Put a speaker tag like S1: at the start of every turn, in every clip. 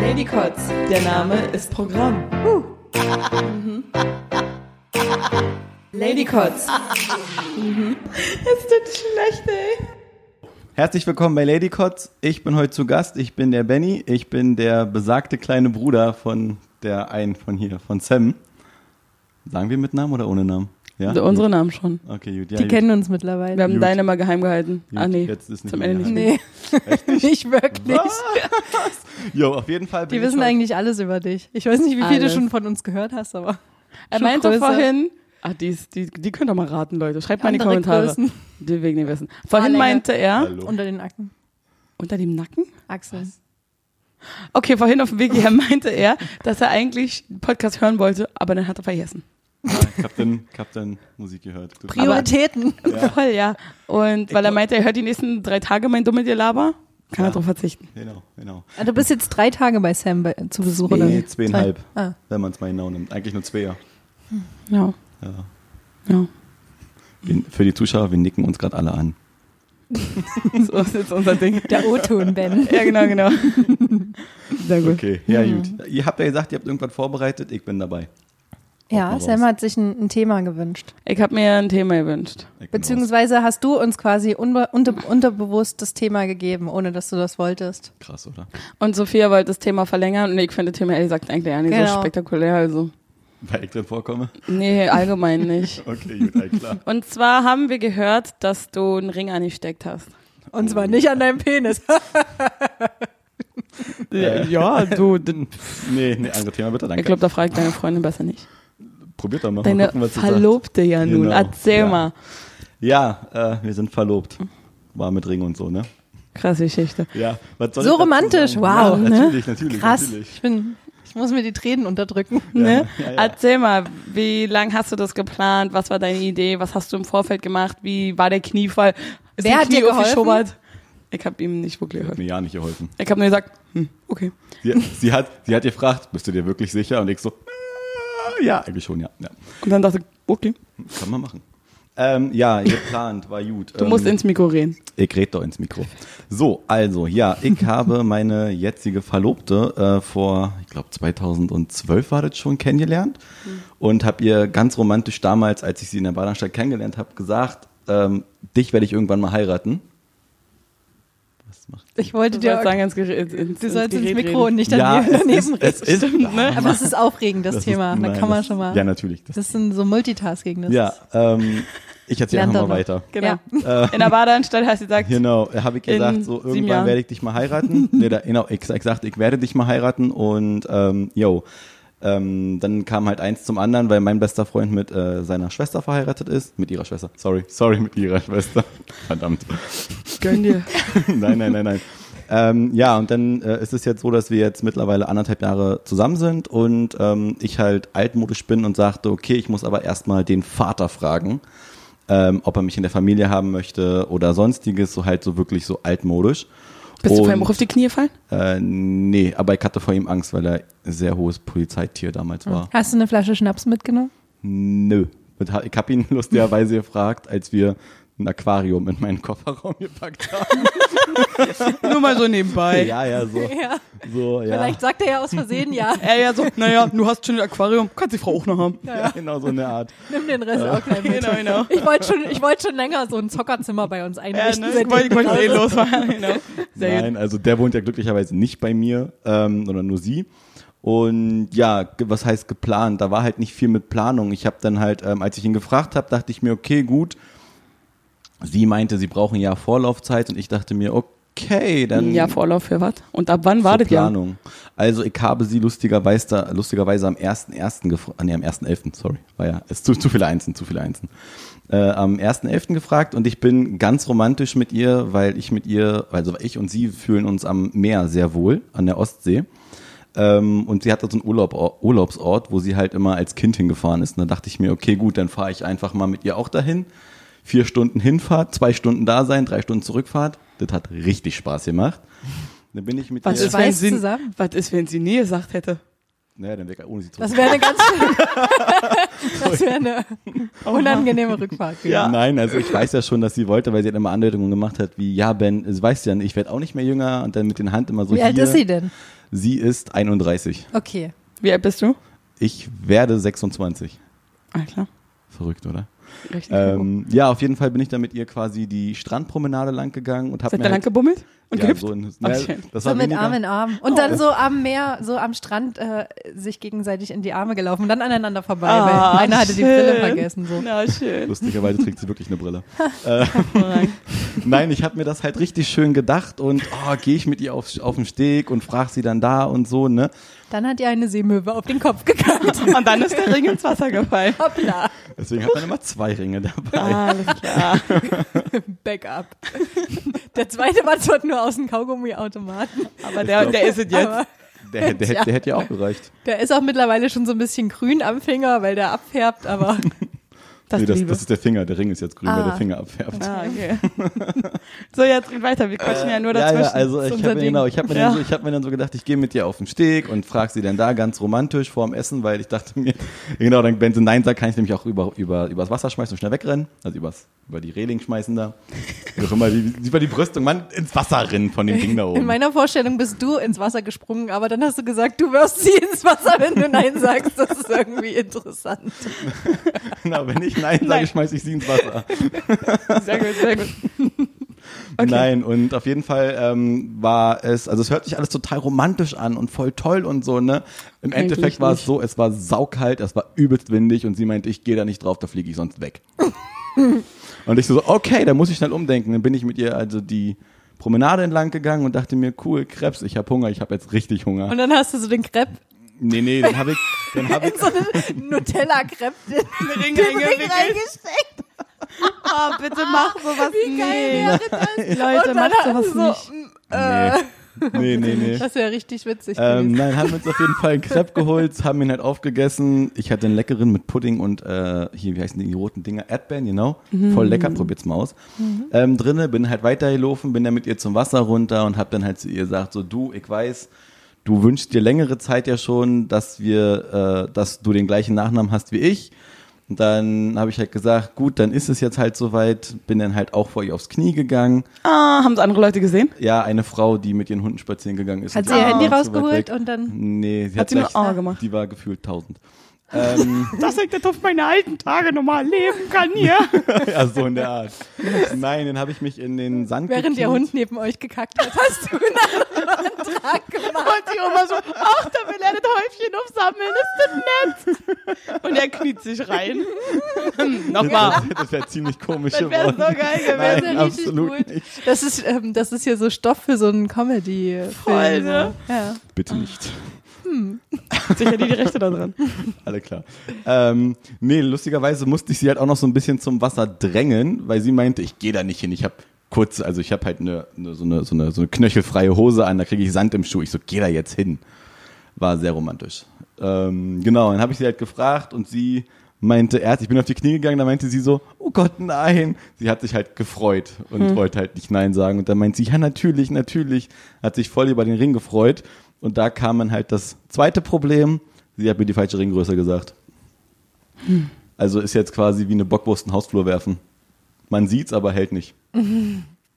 S1: Lady Kotz, der Name ist Programm.
S2: Uh. Mhm.
S1: Lady Kotz. Es tut schlecht, ey.
S3: Herzlich willkommen bei Lady Kotz. Ich bin heute zu Gast. Ich bin der Benny. Ich bin der besagte kleine Bruder von der einen von hier, von Sam. Sagen wir mit Namen oder ohne Namen? Ja.
S4: Also unsere Namen schon.
S3: Okay, gut. Ja,
S2: Die
S3: gut.
S2: kennen uns
S4: Wir
S2: mittlerweile.
S4: haben
S3: Gut.
S4: deine mal geheim gehalten.
S3: Gut,
S4: ah nee,
S3: jetzt ist nicht
S4: zum
S3: mehr
S4: Ende nicht
S3: geheim.
S4: mehr.
S2: Nee, nicht wirklich.
S3: Jo, auf jeden Fall. bin
S2: Die
S3: ich
S2: wissen
S3: heute-
S2: eigentlich alles über dich. Ich weiß nicht, wie viel
S4: Alles.
S2: du schon von uns gehört hast, aber
S4: Er
S2: Schon
S4: meinte
S2: größer.
S4: vorhin, ach, die, ist, die, die könnt ihr mal raten, Leute. Schreibt mal in die
S2: Andere
S4: Kommentare.
S2: Größen.
S4: Die wegen dem Wissen. Vorhin
S2: Haarlänge.
S4: meinte er,
S3: Hallo.
S2: unter den Acken.
S4: unter dem Nacken?
S2: Achseln.
S4: Okay, vorhin auf dem Weg hierher meinte er, dass er eigentlich einen Podcast hören wollte, aber dann hat er vergessen.
S3: Ja, ich hab dann, ich hab dann Musik gehört. Gut.
S2: Prioritäten.
S4: Voll, ja. Und weil er meinte, er hört die nächsten drei Tage mein dumme Gelaber, kann
S3: Ja.
S4: er darauf verzichten.
S3: Genau, genau.
S2: Ah, Du bist jetzt drei Tage bei Sam bei, zu Besuch, oder?
S3: Nee,
S2: wie?
S3: zweieinhalb,
S2: Zwei. Ah.
S3: wenn man es mal genau nimmt. Eigentlich nur zwei.
S4: Ja,
S3: Ja.
S4: ja.
S3: Wir, für die Zuschauer, wir nicken uns gerade alle an.
S4: So ist jetzt unser Ding.
S2: Der O-Ton, Ben.
S4: Ja, genau, genau. Sehr gut.
S3: Okay, ja,
S4: Mhm.
S3: gut. Ihr habt ja gesagt, ihr habt irgendwas vorbereitet. Ich bin dabei. Haut mal
S5: Ja,
S3: raus.
S5: Sam hat sich ein, ein Thema gewünscht.
S4: Ich habe mir ein Thema gewünscht.
S3: Ich bin
S5: Beziehungsweise hast du uns quasi unbe unter unterbewusst das Thema gegeben, ohne dass du das wolltest.
S3: raus. Krass, oder?
S4: Und Sophia wollte das Thema verlängern und ich finde das Thema ehrlich gesagt eigentlich gar nicht so
S5: Genau.
S4: spektakulär. Also,
S3: Weil ich drin vorkomme?
S4: nee, allgemein nicht.
S3: Okay, gut, alles klar.
S4: Und zwar haben wir gehört, dass du einen Ring angesteckt hast.
S2: Und zwar nicht an deinem Penis.
S4: Ja, du.
S3: Nee, nee, anderes Thema bitte, danke.
S4: Ich glaube, da fragt deine Freundin besser nicht.
S3: Probiert doch mal. mal
S4: Deine
S3: gucken, was sie sagt.
S4: Verlobte ja nun.
S3: Genau,
S4: Erzähl
S3: ja.
S4: mal.
S3: Ja, äh, wir sind verlobt. War mit Ring und so, ne?
S4: Krasse Geschichte.
S3: Ja, was soll
S5: So
S3: ich dazu
S5: romantisch,
S3: sagen?
S5: wow,
S3: Ja,
S5: ne?
S3: natürlich, natürlich,
S5: Krass.
S3: natürlich.
S5: Ich bin, ich muss mir die Tränen unterdrücken.
S4: Ne?
S3: ja, ja.
S4: Erzähl mal, wie lang hast du das geplant? Was war deine Idee? Was hast du im Vorfeld gemacht? Wie war der Kniefall? Ist
S5: Wer
S4: ein
S5: hat dir
S4: Knie
S5: geholfen?
S4: aufgeschobert? Ich habe ihm nicht wirklich
S3: Hat
S4: geholfen.
S3: mir ja nicht geholfen.
S4: Ich habe nur gesagt, hm, okay.
S3: Sie, sie, hat, sie hat gefragt, bist du dir wirklich sicher? Und ich so, äh, ja, eigentlich schon, ja. ja.
S4: Und dann dachte ich, okay,
S3: Kann man machen. Ähm, ja, geplant, war gut.
S4: du
S3: ähm,
S4: musst ins Mikro reden.
S3: Ich red doch ins Mikro. So, also, ja, ich habe meine jetzige Verlobte äh, vor, ich glaube 2012 war das schon, kennengelernt
S5: Mhm.
S3: und habe ihr ganz romantisch damals, als ich sie in der Badanstadt kennengelernt habe, gesagt, ähm, dich werde ich irgendwann mal heiraten. Was macht
S2: Ich wollte
S4: Du
S2: dir
S4: sollst sagen, ins Gerät, ins,
S2: Du sollst ins
S4: Gerät
S2: Mikro und
S4: reden.
S2: nicht daneben, daneben
S3: es
S2: reden.
S3: ist, es ist
S4: ne?
S5: Aber es ist aufregend, das,
S3: Das
S5: Thema.
S3: ist-
S5: da
S3: nein,
S5: kann man
S3: das-
S5: schon mal.
S3: Ja, natürlich. Das,
S5: Das sind so Multitasking. Das
S3: ja,
S5: ist-
S3: ähm, ich erzähle
S5: Lernt
S3: einfach mal
S5: er noch.
S3: weiter.
S4: Genau.
S3: Äh,
S4: In der Badeanstalt hast du gesagt,
S3: Genau, habe ich
S4: In
S3: gesagt, so
S4: sieben
S3: irgendwann
S4: Jahren.
S3: werde ich dich mal heiraten. nee, da, genau, ich, ich sagte, ich werde dich mal heiraten und ähm, yo. Ähm, dann kam halt eins zum anderen, weil mein bester Freund mit äh, seiner Schwester verheiratet ist. Mit ihrer Schwester. Sorry, sorry, mit ihrer Schwester. Verdammt.
S4: gönn dir.
S3: nein, nein, nein, nein. Ähm, ja, und dann äh, ist es jetzt so, dass wir jetzt mittlerweile anderthalb Jahre zusammen sind und ähm, ich halt altmodisch bin und sagte, okay, ich muss aber erstmal den Vater fragen, ähm, ob er mich in der Familie haben möchte oder sonstiges, so halt so wirklich so altmodisch.
S4: Bist du
S3: Und,
S4: vor ihm auf die Knie gefallen?
S3: Äh, nee, aber ich hatte vor ihm Angst, weil er ein sehr hohes Polizeitier damals war.
S5: Hast du eine Flasche Schnaps mitgenommen?
S3: Nö. Und ha- Ich habe ihn lustigerweise gefragt, als wir ein Aquarium in meinen Kofferraum gepackt haben.
S4: Nur mal so nebenbei.
S3: Ja, ja, so. so ja.
S5: Vielleicht sagt er ja aus Versehen ja.
S4: Er ja so, naja, du hast schon ein Aquarium, kannst die Frau auch noch haben.
S3: ja, genau so eine Art.
S5: Nimm den Rest auch gleich mit.
S4: Genau, genau.
S5: Ich wollte schon, ich wollte schon länger so ein Zockerzimmer bei uns
S4: Ja,
S5: einrichten.
S4: ne? Ich wollte ich wollte eh losfahren. Genau. Sehr
S3: Nein,
S4: gut.
S3: also der wohnt ja glücklicherweise nicht bei mir, ähm, sondern nur sie. Und ja, ge- was heißt geplant? Da war halt nicht viel mit Planung. Ich habe dann halt, ähm, als ich ihn gefragt habe, dachte ich mir, okay, gut. Sie meinte, sie brauchen ja Vorlaufzeit und ich dachte mir, okay, dann
S4: Ein Jahr Vorlauf für was? Und ab wann war
S3: zur
S4: das ja?
S3: Planung. Also ich habe sie lustigerweise, lustigerweise am 1.1. gefragt, ah, nee, am 1.11., sorry, war ja, ist zu, zu viele Einsen, zu viele Einsen. Äh, am 1.11. gefragt und ich bin ganz romantisch mit ihr, weil ich mit ihr, also ich und sie fühlen uns am Meer sehr wohl, an der Ostsee. Ähm, und sie hatte so einen Urlaub, Urlaubsort, wo sie halt immer als Kind hingefahren ist. Und da dachte ich mir, okay, gut, dann fahre ich einfach mal mit ihr auch dahin. Vier Stunden Hinfahrt, zwei Stunden da sein, drei Stunden Zurückfahrt. Das hat richtig Spaß gemacht. Dann bin ich mit
S4: Was
S3: ihr
S4: ist, wenn
S5: schweißt
S4: sie,
S5: zusammen.
S4: was ist, wenn sie nie gesagt hätte?
S3: Naja, dann weg, ohne sie zu
S5: Das wäre eine ganz das wäre eine unangenehme Rückfahrt.
S3: Oh Ja. Nein, also ich weiß ja schon, dass sie wollte, weil sie dann immer Andeutungen gemacht hat, wie, ja, Ben, es weißt ja, ich werde auch nicht mehr jünger und dann mit den Hand immer so
S5: Wie
S3: Also hier.
S5: alt ist sie denn?
S3: Sie ist 31.
S5: Okay.
S4: Wie alt bist du?
S3: Ich werde 26.
S4: Ah, klar.
S3: Verrückt, oder?
S4: Richtig.
S3: Ähm, ja, auf jeden Fall bin ich dann mit ihr quasi die Strandpromenade lang gegangen und habe
S4: Seid
S3: mir
S4: ihr lang
S3: halt,
S4: gebummelt? Und
S3: ja,
S4: gehüpft?
S3: so in,
S4: Ach,
S3: na,
S4: schön.
S3: das
S5: So
S3: war
S5: mit
S3: weniger-
S5: Arm in Arm. Und
S4: Oh.
S5: dann so am Meer, so am Strand äh, sich gegenseitig in die Arme gelaufen und dann aneinander vorbei.
S4: Ah,
S5: weil einer hatte die
S4: schön.
S5: Brille vergessen. So.
S4: Na, schön.
S3: Lustigerweise trägt sie wirklich eine Brille. Nein, ich habe mir das halt richtig schön gedacht und oh, gehe ich mit ihr auf, auf den Steg und frage sie dann da und so, ne?
S5: Dann hat ihr eine Seemöwe auf den Kopf gekackt.
S4: Und dann ist der Ring ins Wasser gefallen.
S5: Hoppla.
S3: Deswegen hat man immer zwei Ringe dabei.
S4: Alles klar.
S5: Backup. Der zweite war zwar nur aus dem Kaugummiautomaten,
S4: Aber der, der ist es jetzt.
S5: aber
S3: Der, der, der, hätte ja auch gereicht.
S5: der ist auch mittlerweile schon so ein bisschen grün am Finger, weil der abfärbt, aber
S4: Das
S3: nee, das,
S4: Liebe.
S3: das ist der Finger. Der Ring ist jetzt grün, weil
S5: Ah.
S3: der Finger abfärbt.
S4: Ah, okay. So, jetzt geht weiter. Wir quatschen ja nur
S3: Ja,
S4: dazwischen.
S3: ja, also ich
S5: unser
S3: habe mir,
S5: Ding.
S3: genau, ich hab mir, dann
S4: Ja.
S3: so, ich hab mir dann so gedacht, ich gehe mit dir auf den Steg und frage sie dann da ganz romantisch vorm Essen, weil ich dachte mir, genau, dann, wenn sie Nein sagt, kann ich nämlich auch über, über, übers Wasser schmeißen und schnell wegrennen. Also übers, über die Reling schmeißen da. Wie auch immer, die, über die Brüstung, Mann, ins Wasser rennen von dem Ding da
S5: in
S3: oben.
S5: meiner Vorstellung bist du ins Wasser gesprungen, aber dann hast du gesagt, du wirst sie ins Wasser, wenn du Nein sagst. Das ist irgendwie interessant.
S3: Genau, wenn ich Nein sage,
S4: Nein.
S3: schmeiße ich sie ins Wasser.
S4: sehr gut, sehr gut.
S3: Nein, und auf jeden Fall ähm, war es, also es hört sich alles total romantisch an und voll toll und so, ne? Im
S4: Eigentlich
S3: Endeffekt war es
S4: nicht.
S3: so, es war saukalt, es war übelst windig und sie meinte, ich gehe da nicht drauf, da fliege ich sonst weg. und ich so, okay, da muss ich schnell umdenken. Dann bin ich mit ihr also die Promenade entlang gegangen und dachte mir, cool, Krebs, ich habe Hunger, ich habe jetzt richtig Hunger.
S5: Und dann hast du so den Crepe,
S3: nee, nee, dann habe ich, dann habe ich,
S5: so einen Nutella-Crepe in den
S4: Ring,
S5: Ring reingesteckt.
S4: Oh, bitte mach sowas
S5: Wie geil wäre das?
S4: Leute,
S5: Und dann
S4: macht
S5: hast
S4: sowas
S5: du so,
S4: nicht.
S5: mm,
S3: nee, nee, nee. nee.
S5: Das wäre richtig witzig
S3: Ähm,
S5: gewesen.
S3: nein, haben uns auf jeden Fall einen Crepe geholt, haben ihn halt aufgegessen. Ich hatte einen leckeren mit Pudding und äh, hier, wie heißen die, die roten Dinger? Erdbeeren, genau.
S5: Mhm.
S3: Voll lecker, probiert's mal aus. Ähm, drinne, bin halt weitergelaufen, bin dann mit ihr zum Wasser runter und hab dann halt zu ihr gesagt, so du, ich weiß, du wünschst dir längere Zeit ja schon, dass wir, äh, dass du den gleichen Nachnamen hast wie ich. Und dann habe ich halt gesagt, gut, dann ist es jetzt halt soweit, bin dann halt auch vor ihr aufs Knie gegangen.
S4: Ah, haben es andere Leute gesehen?
S3: Ja, eine Frau, die mit ihren Hunden spazieren gegangen ist.
S5: Hat
S3: und
S5: sie
S3: die
S5: ihr
S3: waren
S5: Handy
S3: zu weit
S5: rausgeholt
S3: weg.
S5: und dann
S3: Nee, sie hat,
S4: Hat sie nur
S3: gleich-
S4: Aua gemacht?
S3: Die war gefühlt 1000.
S4: Das sagt jetzt auf meine alten Tage normal leben kann hier.
S3: ja, Also so in der Art. Nein, dann habe ich mich in den Sand
S5: Während der
S3: gekniet.
S5: Hund neben euch gekackt hat, hast du einen anderen Tag gemacht.
S4: Die Oma so, ach, da will er das Häufchen aufsammeln, ist das nett. Und er kniet sich rein. Hm, Nochmal.
S3: Das, das wäre ziemlich komisch
S4: Das wäre so
S3: geworden.
S4: geil gewesen.
S3: Nein,
S5: richtig
S3: absolut
S5: gut.
S3: nicht.
S5: Das ist, ähm, das ist hier so Stoff für so einen Comedy-Film.
S4: Voll, ne?
S5: Ja.
S3: Bitte nicht.
S4: Sicher die, die Rechte da dran.
S3: Alle klar. Ähm, nee, lustigerweise musste ich sie halt auch noch so ein bisschen zum Wasser drängen, weil sie meinte, ich gehe da nicht hin. Ich habe kurz, also ich habe halt eine, eine, so, eine, so, eine, so eine knöchelfreie Hose an, da kriege ich Sand im Schuh. Ich so, geh da jetzt hin. War sehr romantisch. Ähm, genau, dann habe ich sie halt gefragt und sie meinte erst, ich bin auf die Knie gegangen, da meinte sie so, oh Gott, nein. Sie hat sich halt gefreut und
S5: Hm.
S3: wollte halt nicht nein sagen. Und dann meint sie, ja, natürlich, natürlich. Hat sich voll über den Ring gefreut. Und da kam dann halt das zweite Problem. Sie hat mir die falsche Ringgröße gesagt.
S5: Hm.
S3: Also ist jetzt quasi wie eine Bockwurst in den Hausflur werfen. Man sieht's, aber hält nicht.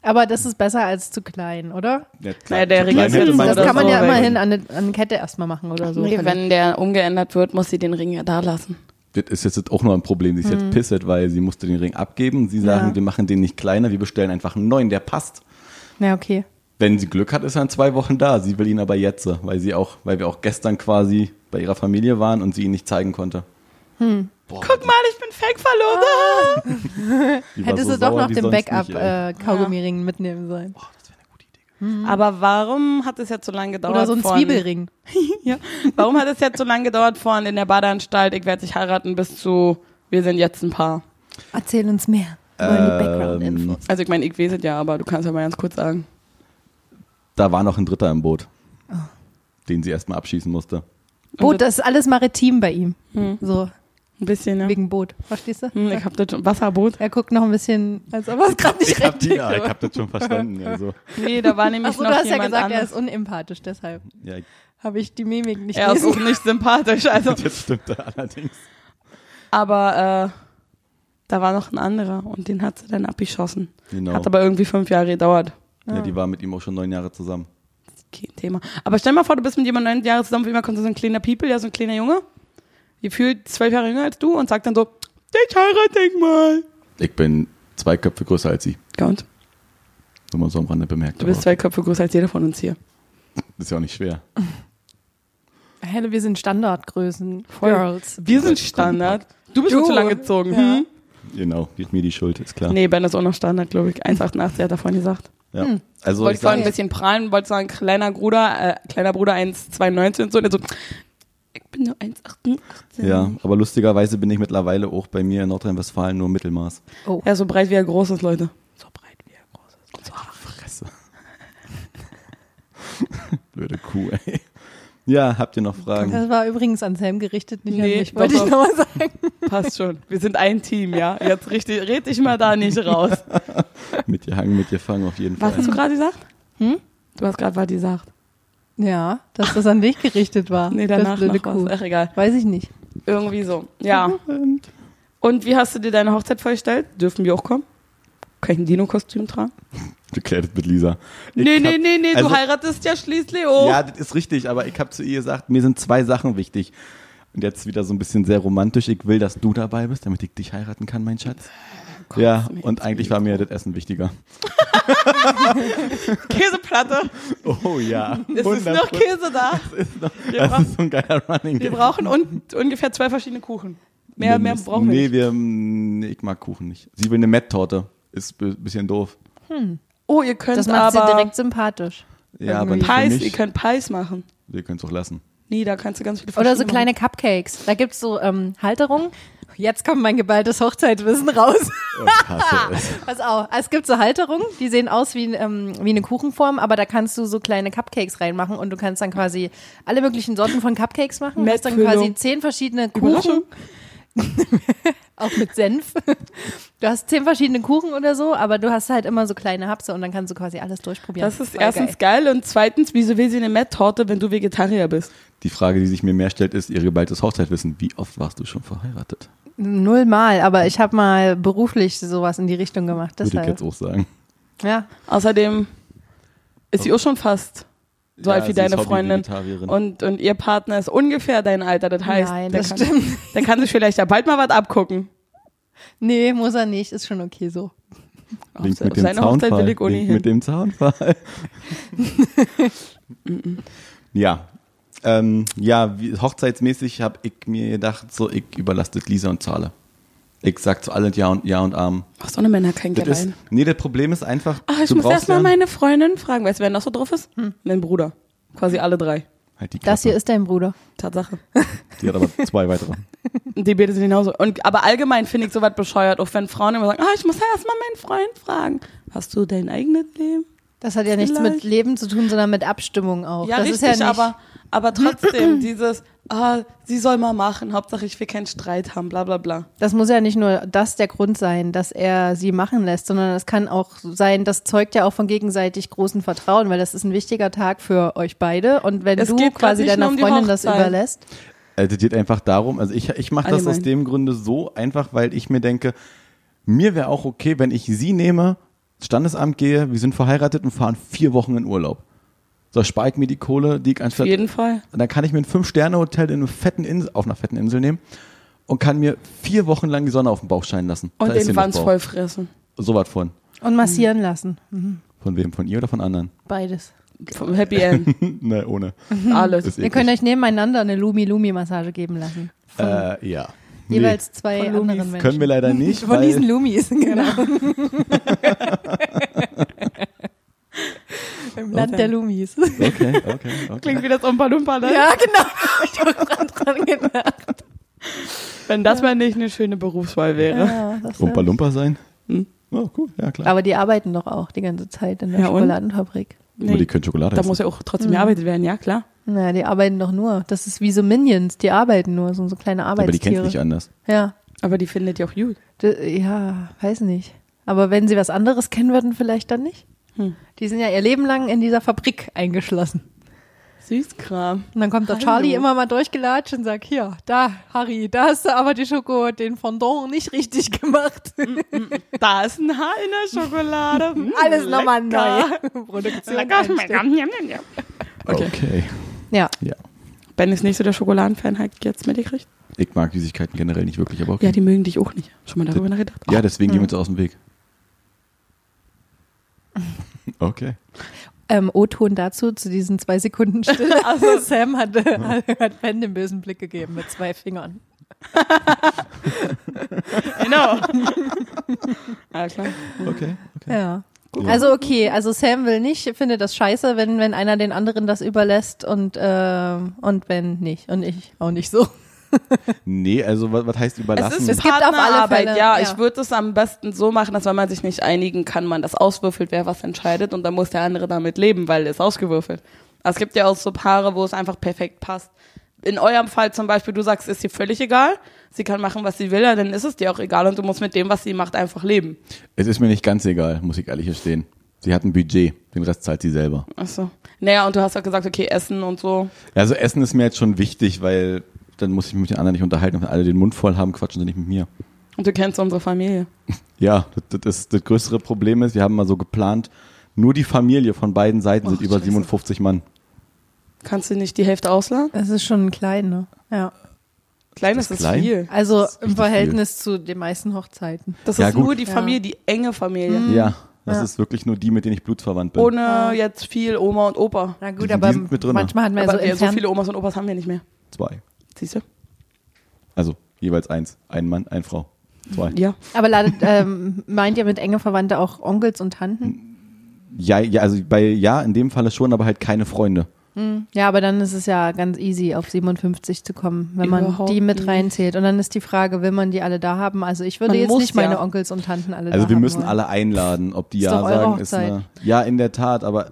S5: Aber das ist besser als zu klein, oder?
S3: Ja,
S4: Naja, der
S3: zu
S4: Ring
S3: klein
S4: ist
S3: hätte
S4: jetzt-
S3: man
S5: Das
S4: das
S5: kann man
S4: so
S5: ja
S4: weg.
S5: immerhin an eine, an eine Kette erstmal machen oder so.
S4: Nee, wenn der umgeändert wird, muss sie den Ring ja da lassen.
S3: Das ist jetzt auch nur ein Problem. Sie ist jetzt pisset, weil sie musste den Ring abgeben. Sie sagen,
S5: Mhm. Ja.
S3: wir machen den nicht kleiner, wir bestellen einfach einen neuen, der passt.
S5: ja, okay.
S3: Wenn sie Glück hat, ist er in zwei Wochen da. Sie will ihn aber jetzt, weil sie auch, weil wir auch gestern quasi bei ihrer Familie waren und sie ihn nicht zeigen konnte. Boah,
S4: Guck mal, ich bin fake verlobt.
S3: die war
S5: Hättest
S3: so
S5: du doch
S3: sauer
S5: noch
S3: wie
S5: den
S3: sonst nicht,
S5: Backup
S3: ey.
S5: äh, Kaugummiring mitnehmen sollen.
S3: Boah, das wäre eine gute Idee.
S4: Aber warum hat es jetzt so lange gedauert?
S5: Oder so ein
S4: von-
S5: Zwiebelring.
S4: Ja. Warum hat es jetzt so lange gedauert von in der Badeanstalt, ich werde dich heiraten, bis zu wir sind jetzt ein Paar?
S5: Erzähl uns mehr. Wir wollen
S3: Ähm,
S5: die Background-Infos.
S4: Also ich meine, ich weiß es ja, aber du kannst ja mal ganz kurz sagen.
S3: Da war noch ein Dritter im Boot,
S5: Oh.
S3: den sie erstmal abschießen musste.
S5: Boot, das ist alles maritim bei ihm. So,
S4: hm, Ein bisschen, ne?
S5: wegen Boot. Verstehst du?
S4: Hm, ich hab das schon- Wasserboot.
S5: Er guckt noch ein bisschen, als ob er es gerade nicht
S3: Ich hab,
S5: recht
S3: die, ja, ich hab das schon verstanden. Also,
S4: Nee, da war nämlich
S5: Achso,
S4: noch
S5: du hast ja
S4: jemand
S5: gesagt, er
S4: anderes.
S5: ist unempathisch, deshalb.
S3: ja,
S5: habe ich die Mimik nicht
S4: Er ist
S5: gelesen.
S4: auch nicht sympathisch. Also.
S3: Das stimmt allerdings.
S4: Aber äh, da war noch ein anderer und den hat sie dann abgeschossen.
S3: Genau.
S4: Hat aber irgendwie fünf Jahre gedauert.
S3: ja, die war mit ihm auch schon neun Jahre zusammen.
S4: Kein Thema. Aber stell mal vor, du bist mit jemandem neun Jahre zusammen, wie immer kommt so ein kleiner People, ja, so ein kleiner Junge, gefühlt zwölf Jahre jünger als du und sagt dann so, ich heirate ich mal.
S3: Ich bin zwei Köpfe größer als sie.
S4: Ja und?
S3: Nur mal so am Rande bemerkt.
S4: Du bist
S3: aber
S4: zwei Köpfe größer als jeder von uns hier.
S3: ist ja auch nicht schwer.
S6: Helle, wir sind Standardgrößen.
S4: Voll.
S6: Girls.
S4: Wir
S3: seid
S4: sind Standard. Du bist schon zu lang gezogen. Hm?
S3: Genau, gibt mir die Schuld, ist klar.
S4: Nee, Ben ist auch noch Standard, glaube ich. 1,88 hat er vorhin gesagt.
S3: Ja. Also
S4: wollte
S3: ich
S4: ich sagen, ein
S3: sage,
S4: bisschen prahlen, wollte sagen, kleiner Bruder, äh, kleiner Bruder 1,92 und so. Und er so, ich bin nur 1,88.
S3: ja, aber lustigerweise bin ich mittlerweile auch bei mir in Nordrhein-Westfalen nur Mittelmaß.
S4: Er ist so breit, wie er groß ist, Leute. So breit, wie er groß ist. Und so haarig.
S3: Fresse. Blöde Kuh, ey. Ja, habt ihr noch Fragen?
S5: Das war übrigens an Sam gerichtet, nicht
S4: Ähm. Nee,
S5: an mich, wollte
S4: doch,
S5: ich nochmal sagen.
S4: Passt schon. Wir sind ein Team, ja. Jetzt richtig, red dich mal da nicht raus.
S3: Mit dir hangen, mit dir fangen auf jeden
S4: Was
S3: Fall.
S4: hast du gerade gesagt? Hm? Du hast gerade was gesagt.
S5: Ja, dass das an dich gerichtet war.
S4: Nee, danach
S5: das blöde
S4: noch
S5: Kuh.
S4: was. Ach, egal.
S5: Weiß ich nicht.
S4: Irgendwie so.
S5: Mhm.
S4: Ja. Und wie hast du dir deine Hochzeit vorgestellt? Dürfen wir auch kommen? Kann ich ein Dino-Kostüm tragen?
S3: Geklärt mit Lisa. Ich
S4: nee,
S3: hab-
S4: nee, nee, nee,
S3: also-
S4: du heiratest ja schließlich auch.
S3: Ja, das ist richtig, aber ich habe zu ihr gesagt, mir sind zwei Sachen wichtig. Und jetzt wieder so ein bisschen sehr romantisch. Ich will, dass du dabei bist, damit ich dich heiraten kann, mein Schatz. Ja, und eigentlich war mir das Essen wichtiger.
S4: Käseplatte.
S3: Oh ja.
S4: Es ist noch Käse da. Wir,
S3: Das
S4: brauchen,
S3: ist so ein geiler Running
S4: wir
S3: Gag.
S4: brauchen un ungefähr zwei verschiedene Kuchen. Mehr, mehr
S3: Mindestens.
S4: brauchen wir
S3: nee,
S4: nicht.
S3: wir Nee, ich mag Kuchen nicht. Sie will eine Met-Torte. Ist ein bisschen doof.
S4: Oh, ihr könnt
S5: Das macht sie
S4: aber
S5: direkt sympathisch.
S3: Ja, aber nicht für
S4: Pies, ihr
S3: mich.
S4: könnt Pies machen.
S3: Wir können es auch lassen.
S4: Nee, da kannst du ganz viele
S5: Oder so
S4: verschiedene
S5: kleine Cupcakes. Da gibt's so ähm, Halterungen. Jetzt kommt mein geballtes Hochzeitswissen raus.
S3: Ich hasse es.
S5: Pass auf, es gibt so Halterungen, die sehen aus wie, ähm, wie eine Kuchenform, aber da kannst du so kleine Cupcakes reinmachen und du kannst dann quasi alle möglichen Sorten von Cupcakes machen. Du hast dann
S4: Mettfüllung.
S5: quasi zehn verschiedene
S4: Überraschung.
S5: Kuchen. auch mit Senf. Du hast zehn verschiedene Kuchen oder so, aber du hast halt immer so kleine Hapse und dann kannst du quasi alles durchprobieren.
S4: Das ist
S5: Voll
S4: erstens geil. und zweitens, wieso will sie eine Met-Torte, wenn du Vegetarier bist?
S3: Die Frage, die sich mir mehr stellt, ist ihr geballtes Hochzeitwissen. Wie oft warst du schon verheiratet?
S5: Null Mal, aber ich habe mal beruflich sowas in die Richtung gemacht.
S3: Würde ich
S5: Deshalb.
S3: jetzt auch sagen.
S5: Ja.
S4: Außerdem ist sie auch schon fast so alt wie
S3: sie ist
S4: deine Freundin.
S3: Hobby-Vegetarierin.
S4: Und, und ihr Partner ist ungefähr dein Alter. Das heißt,
S5: Nein,
S4: der,
S5: das
S4: kann,
S5: stimmt.
S4: der kann sich vielleicht ja bald mal was abgucken.
S5: Nee, muss er nicht, ist schon okay so.
S3: Links
S4: Auf
S3: mit dem
S4: seine Hochzeit
S3: Zaunfall.
S4: will ich ohnehin.
S3: Links mit dem Zaunfall. ja. Ähm, ja, wie, hochzeitsmäßig habe ich mir gedacht, so ich überlasse das Lisa und zahle. Ich sag zu allen Ja und Ja und Arm.
S4: Machst ohne Männer kein
S3: Das
S4: Geld
S3: ist,
S4: rein.
S3: nee, das Problem ist einfach,
S4: Ach, Ah, ich
S3: du
S4: muss
S3: brauchst
S4: erstmal
S3: ja
S4: meine Freundin fragen. Weißt du, wer noch so drauf ist? Mein Bruder. Quasi alle drei.
S3: halt die
S5: Das
S3: Klappe.
S5: hier ist dein Bruder.
S4: Tatsache.
S3: Die hat aber zwei weitere.
S4: Und die Bete sind genauso. Und, aber allgemein finde ich sowas bescheuert, auch wenn Frauen immer sagen, ah, ich muss ja erstmal meinen Freund fragen. Hast du dein eigenes Leben?
S5: Das hat ja nichts mit
S4: Vielleicht.
S5: Leben zu tun, sondern mit Abstimmung auch.
S4: Ja,
S5: das
S4: richtig,
S5: ist ja nicht,
S4: aber, aber trotzdem dieses, ah, sie soll mal machen, Hauptsache ich will keinen Streit haben, bla bla bla.
S5: das muss ja nicht nur das der Grund sein, dass er sie machen lässt, sondern es kann auch sein, das zeugt ja auch von gegenseitig großem Vertrauen, weil das ist ein wichtiger Tag für euch beide. Und wenn
S4: Es
S5: du
S4: geht grad
S5: quasi
S4: nicht
S5: deiner
S4: nur um die
S5: Freundin das
S4: Hochzeit.
S5: überlässt,
S3: Also, das geht einfach darum, also ich, ich
S5: Ah,
S3: mache das
S4: Allgemein.
S3: aus dem Grunde so einfach, weil ich mir denke, mir wäre auch okay, wenn ich sie nehme, ins Standesamt gehe, wir sind verheiratet und fahren vier Wochen in Urlaub. So spare ich mir die Kohle, die ich
S4: Auf
S3: anstatt.
S4: jeden Fall.
S3: Und dann kann ich mir ein Fünf-Sterne-Hotel in einem fetten Insel, auf einer fetten Insel nehmen und kann mir vier Wochen lang die Sonne auf den Bauch scheinen lassen. Da
S4: Und
S3: ist
S4: den
S3: sie noch
S4: Wanz
S3: Bauch.
S4: voll fressen.
S3: So was von.
S4: Hm.
S5: und massieren lassen. Hm.
S3: Von wem? Von ihr oder von anderen?
S5: Beides.
S4: Vom Happy End.
S3: ne, ohne.
S4: Alles.
S3: Ist
S5: Ihr
S3: eklig.
S5: könnt euch nebeneinander eine Lumi-Lumi-Massage geben lassen.
S3: äh, ja. Nee,
S5: Jeweils zwei
S4: Von Lumis
S5: anderen Menschen.
S3: können wir leider nicht.
S5: Von
S3: weil-
S5: diesen Lumis, genau. Im Land der Lumis.
S3: Okay, okay, okay.
S4: Klingt wie das Ompa-Lumpa, ne?
S5: Ja, genau. Ich habe gerade dran gedacht.
S4: Wenn das mal nicht eine schöne Berufswahl wäre.
S3: Rumpa Lumpa sein?
S4: Hm.
S3: Oh, cool, ja klar.
S5: Aber die arbeiten doch auch die ganze Zeit in der
S4: Ja, und?
S5: Schokoladenfabrik.
S3: Aber
S4: Nee,
S3: die können Schokolade
S4: da
S3: essen.
S4: muss ja auch trotzdem gearbeitet werden, ja klar.
S5: Naja, die arbeiten doch nur. Das ist wie so Minions, die arbeiten nur, so, so kleine
S3: aber die kennt
S5: Arbeitstiere.
S3: nicht anders.
S5: ja.
S4: Aber die findet ja auch gut.
S5: D ja, weiß nicht. Aber wenn sie was anderes kennen würden, vielleicht dann nicht.
S4: Hm.
S5: Die sind ja ihr Leben lang in dieser Fabrik eingeschlossen.
S4: Süßkram.
S5: Und dann kommt der Charlie immer mal durchgelatscht und sagt, hier, da, Harry, da hast du aber die Schoko, den Fondant nicht richtig gemacht.
S4: Da ist ein Haar in der Schokolade. Mm,
S5: Alles nochmal neu.
S4: lecker.
S5: Produktion.
S4: Lecker
S5: einstellen.
S4: schmecken. Njam, njam, njam.
S3: Okay.
S5: Ja.
S3: Ja.
S4: Ben ist nicht so der Schokoladenfan, hat jetzt mitgekriegt.
S3: Ich mag Süßigkeiten generell nicht wirklich, aber okay.
S4: Ja, die mögen dich auch nicht. Schon mal darüber nachgedacht.
S3: Ja, deswegen gehen wir uns aus dem Weg. Okay.
S5: Ähm, O-Ton dazu, zu diesen zwei Sekunden Stille. Also Sam hat, hat Ben den bösen Blick gegeben mit zwei Fingern.
S4: Genau. Alles klar.
S3: Okay. okay.
S5: Ja.
S3: Gut.
S5: Also okay, also Sam will nicht, findet das scheiße, wenn, wenn einer den anderen das überlässt und, ähm, und Ben nicht. Und ich auch nicht so.
S3: Nee, also was, was heißt überlassen?
S5: Es gibt auf alle
S4: Partnerarbeit,
S5: Fälle,
S4: Ja,
S5: ja.
S4: ich würde es am besten so machen, dass wenn man sich nicht einigen kann, man das auswürfelt, wer was entscheidet und dann muss der andere damit leben, weil es ausgewürfelt. Aber es gibt ja auch so Paare, wo es einfach perfekt passt. In eurem Fall zum Beispiel, du sagst, ist ihr völlig egal, sie kann machen, was sie will, ja, dann ist es dir auch egal und du musst mit dem, was sie macht, einfach leben.
S3: es ist mir nicht ganz egal, muss ich ehrlich gestehen. Sie hat ein Budget, den Rest zahlt sie selber.
S4: Achso. Naja, und du hast auch gesagt, okay, Essen und so.
S3: Also Essen ist mir jetzt schon wichtig, weil dann muss ich mich mit den anderen nicht unterhalten. Und Wenn alle den Mund voll haben, quatschen sie nicht mit mir.
S4: Und du kennst unsere Familie.
S3: Ja, das, das, ist, das größere Problem ist, wir haben mal so geplant, nur die Familie von beiden Seiten sind
S4: Ach,
S3: über
S4: scheiße.
S3: 57 Mann.
S4: Kannst du nicht die Hälfte ausladen?
S5: Das ist schon klein, ne? Ja.
S4: Klein
S3: das
S4: ist, es
S3: klein?
S4: viel.
S5: Also
S3: Das ist
S5: im
S3: richtig
S5: Verhältnis zu den meisten Hochzeiten.
S4: Das
S3: Ja,
S4: ist
S3: gut.
S4: nur die
S5: Ja. Mhm.
S4: Familie, die enge Familie.
S3: Ja, das
S5: Ja.
S3: ist wirklich nur die, mit denen ich blutsverwandt bin.
S4: Ohne jetzt viel Oma und Opa.
S5: Na
S3: Die-
S5: gut,
S3: die
S5: aber
S3: sind mit drin.
S5: manchmal hat man ja so,
S4: Aber wir, so
S5: entfernt-
S4: viele Omas und Opas haben wir nicht mehr.
S3: Zwei.
S4: Siehst du?
S3: Also jeweils eins. Ein Mann, eine Frau. Zwei.
S4: Ja.
S5: Aber ladet, ähm, meint ihr mit enge Verwandte auch Onkels und Tanten?
S3: Ja, ja, also bei ja, in dem Falle schon, aber halt keine Freunde.
S5: Ja, aber dann ist es ja ganz easy, auf 57 zu kommen, wenn man
S4: Überhaupt
S5: die mit
S4: nicht.
S5: reinzählt. Und dann ist die Frage, will man die alle da haben? Also ich würde
S4: Man
S5: jetzt
S4: muss
S5: nicht meine
S4: ja.
S5: Onkels und Tanten alle da
S3: Also wir
S5: haben
S3: müssen
S5: wollen.
S3: alle einladen, ob die
S5: Ist
S3: ja
S5: doch eure
S3: sagen, ist
S5: Hochzeit.
S3: eine. Ja, in der Tat, aber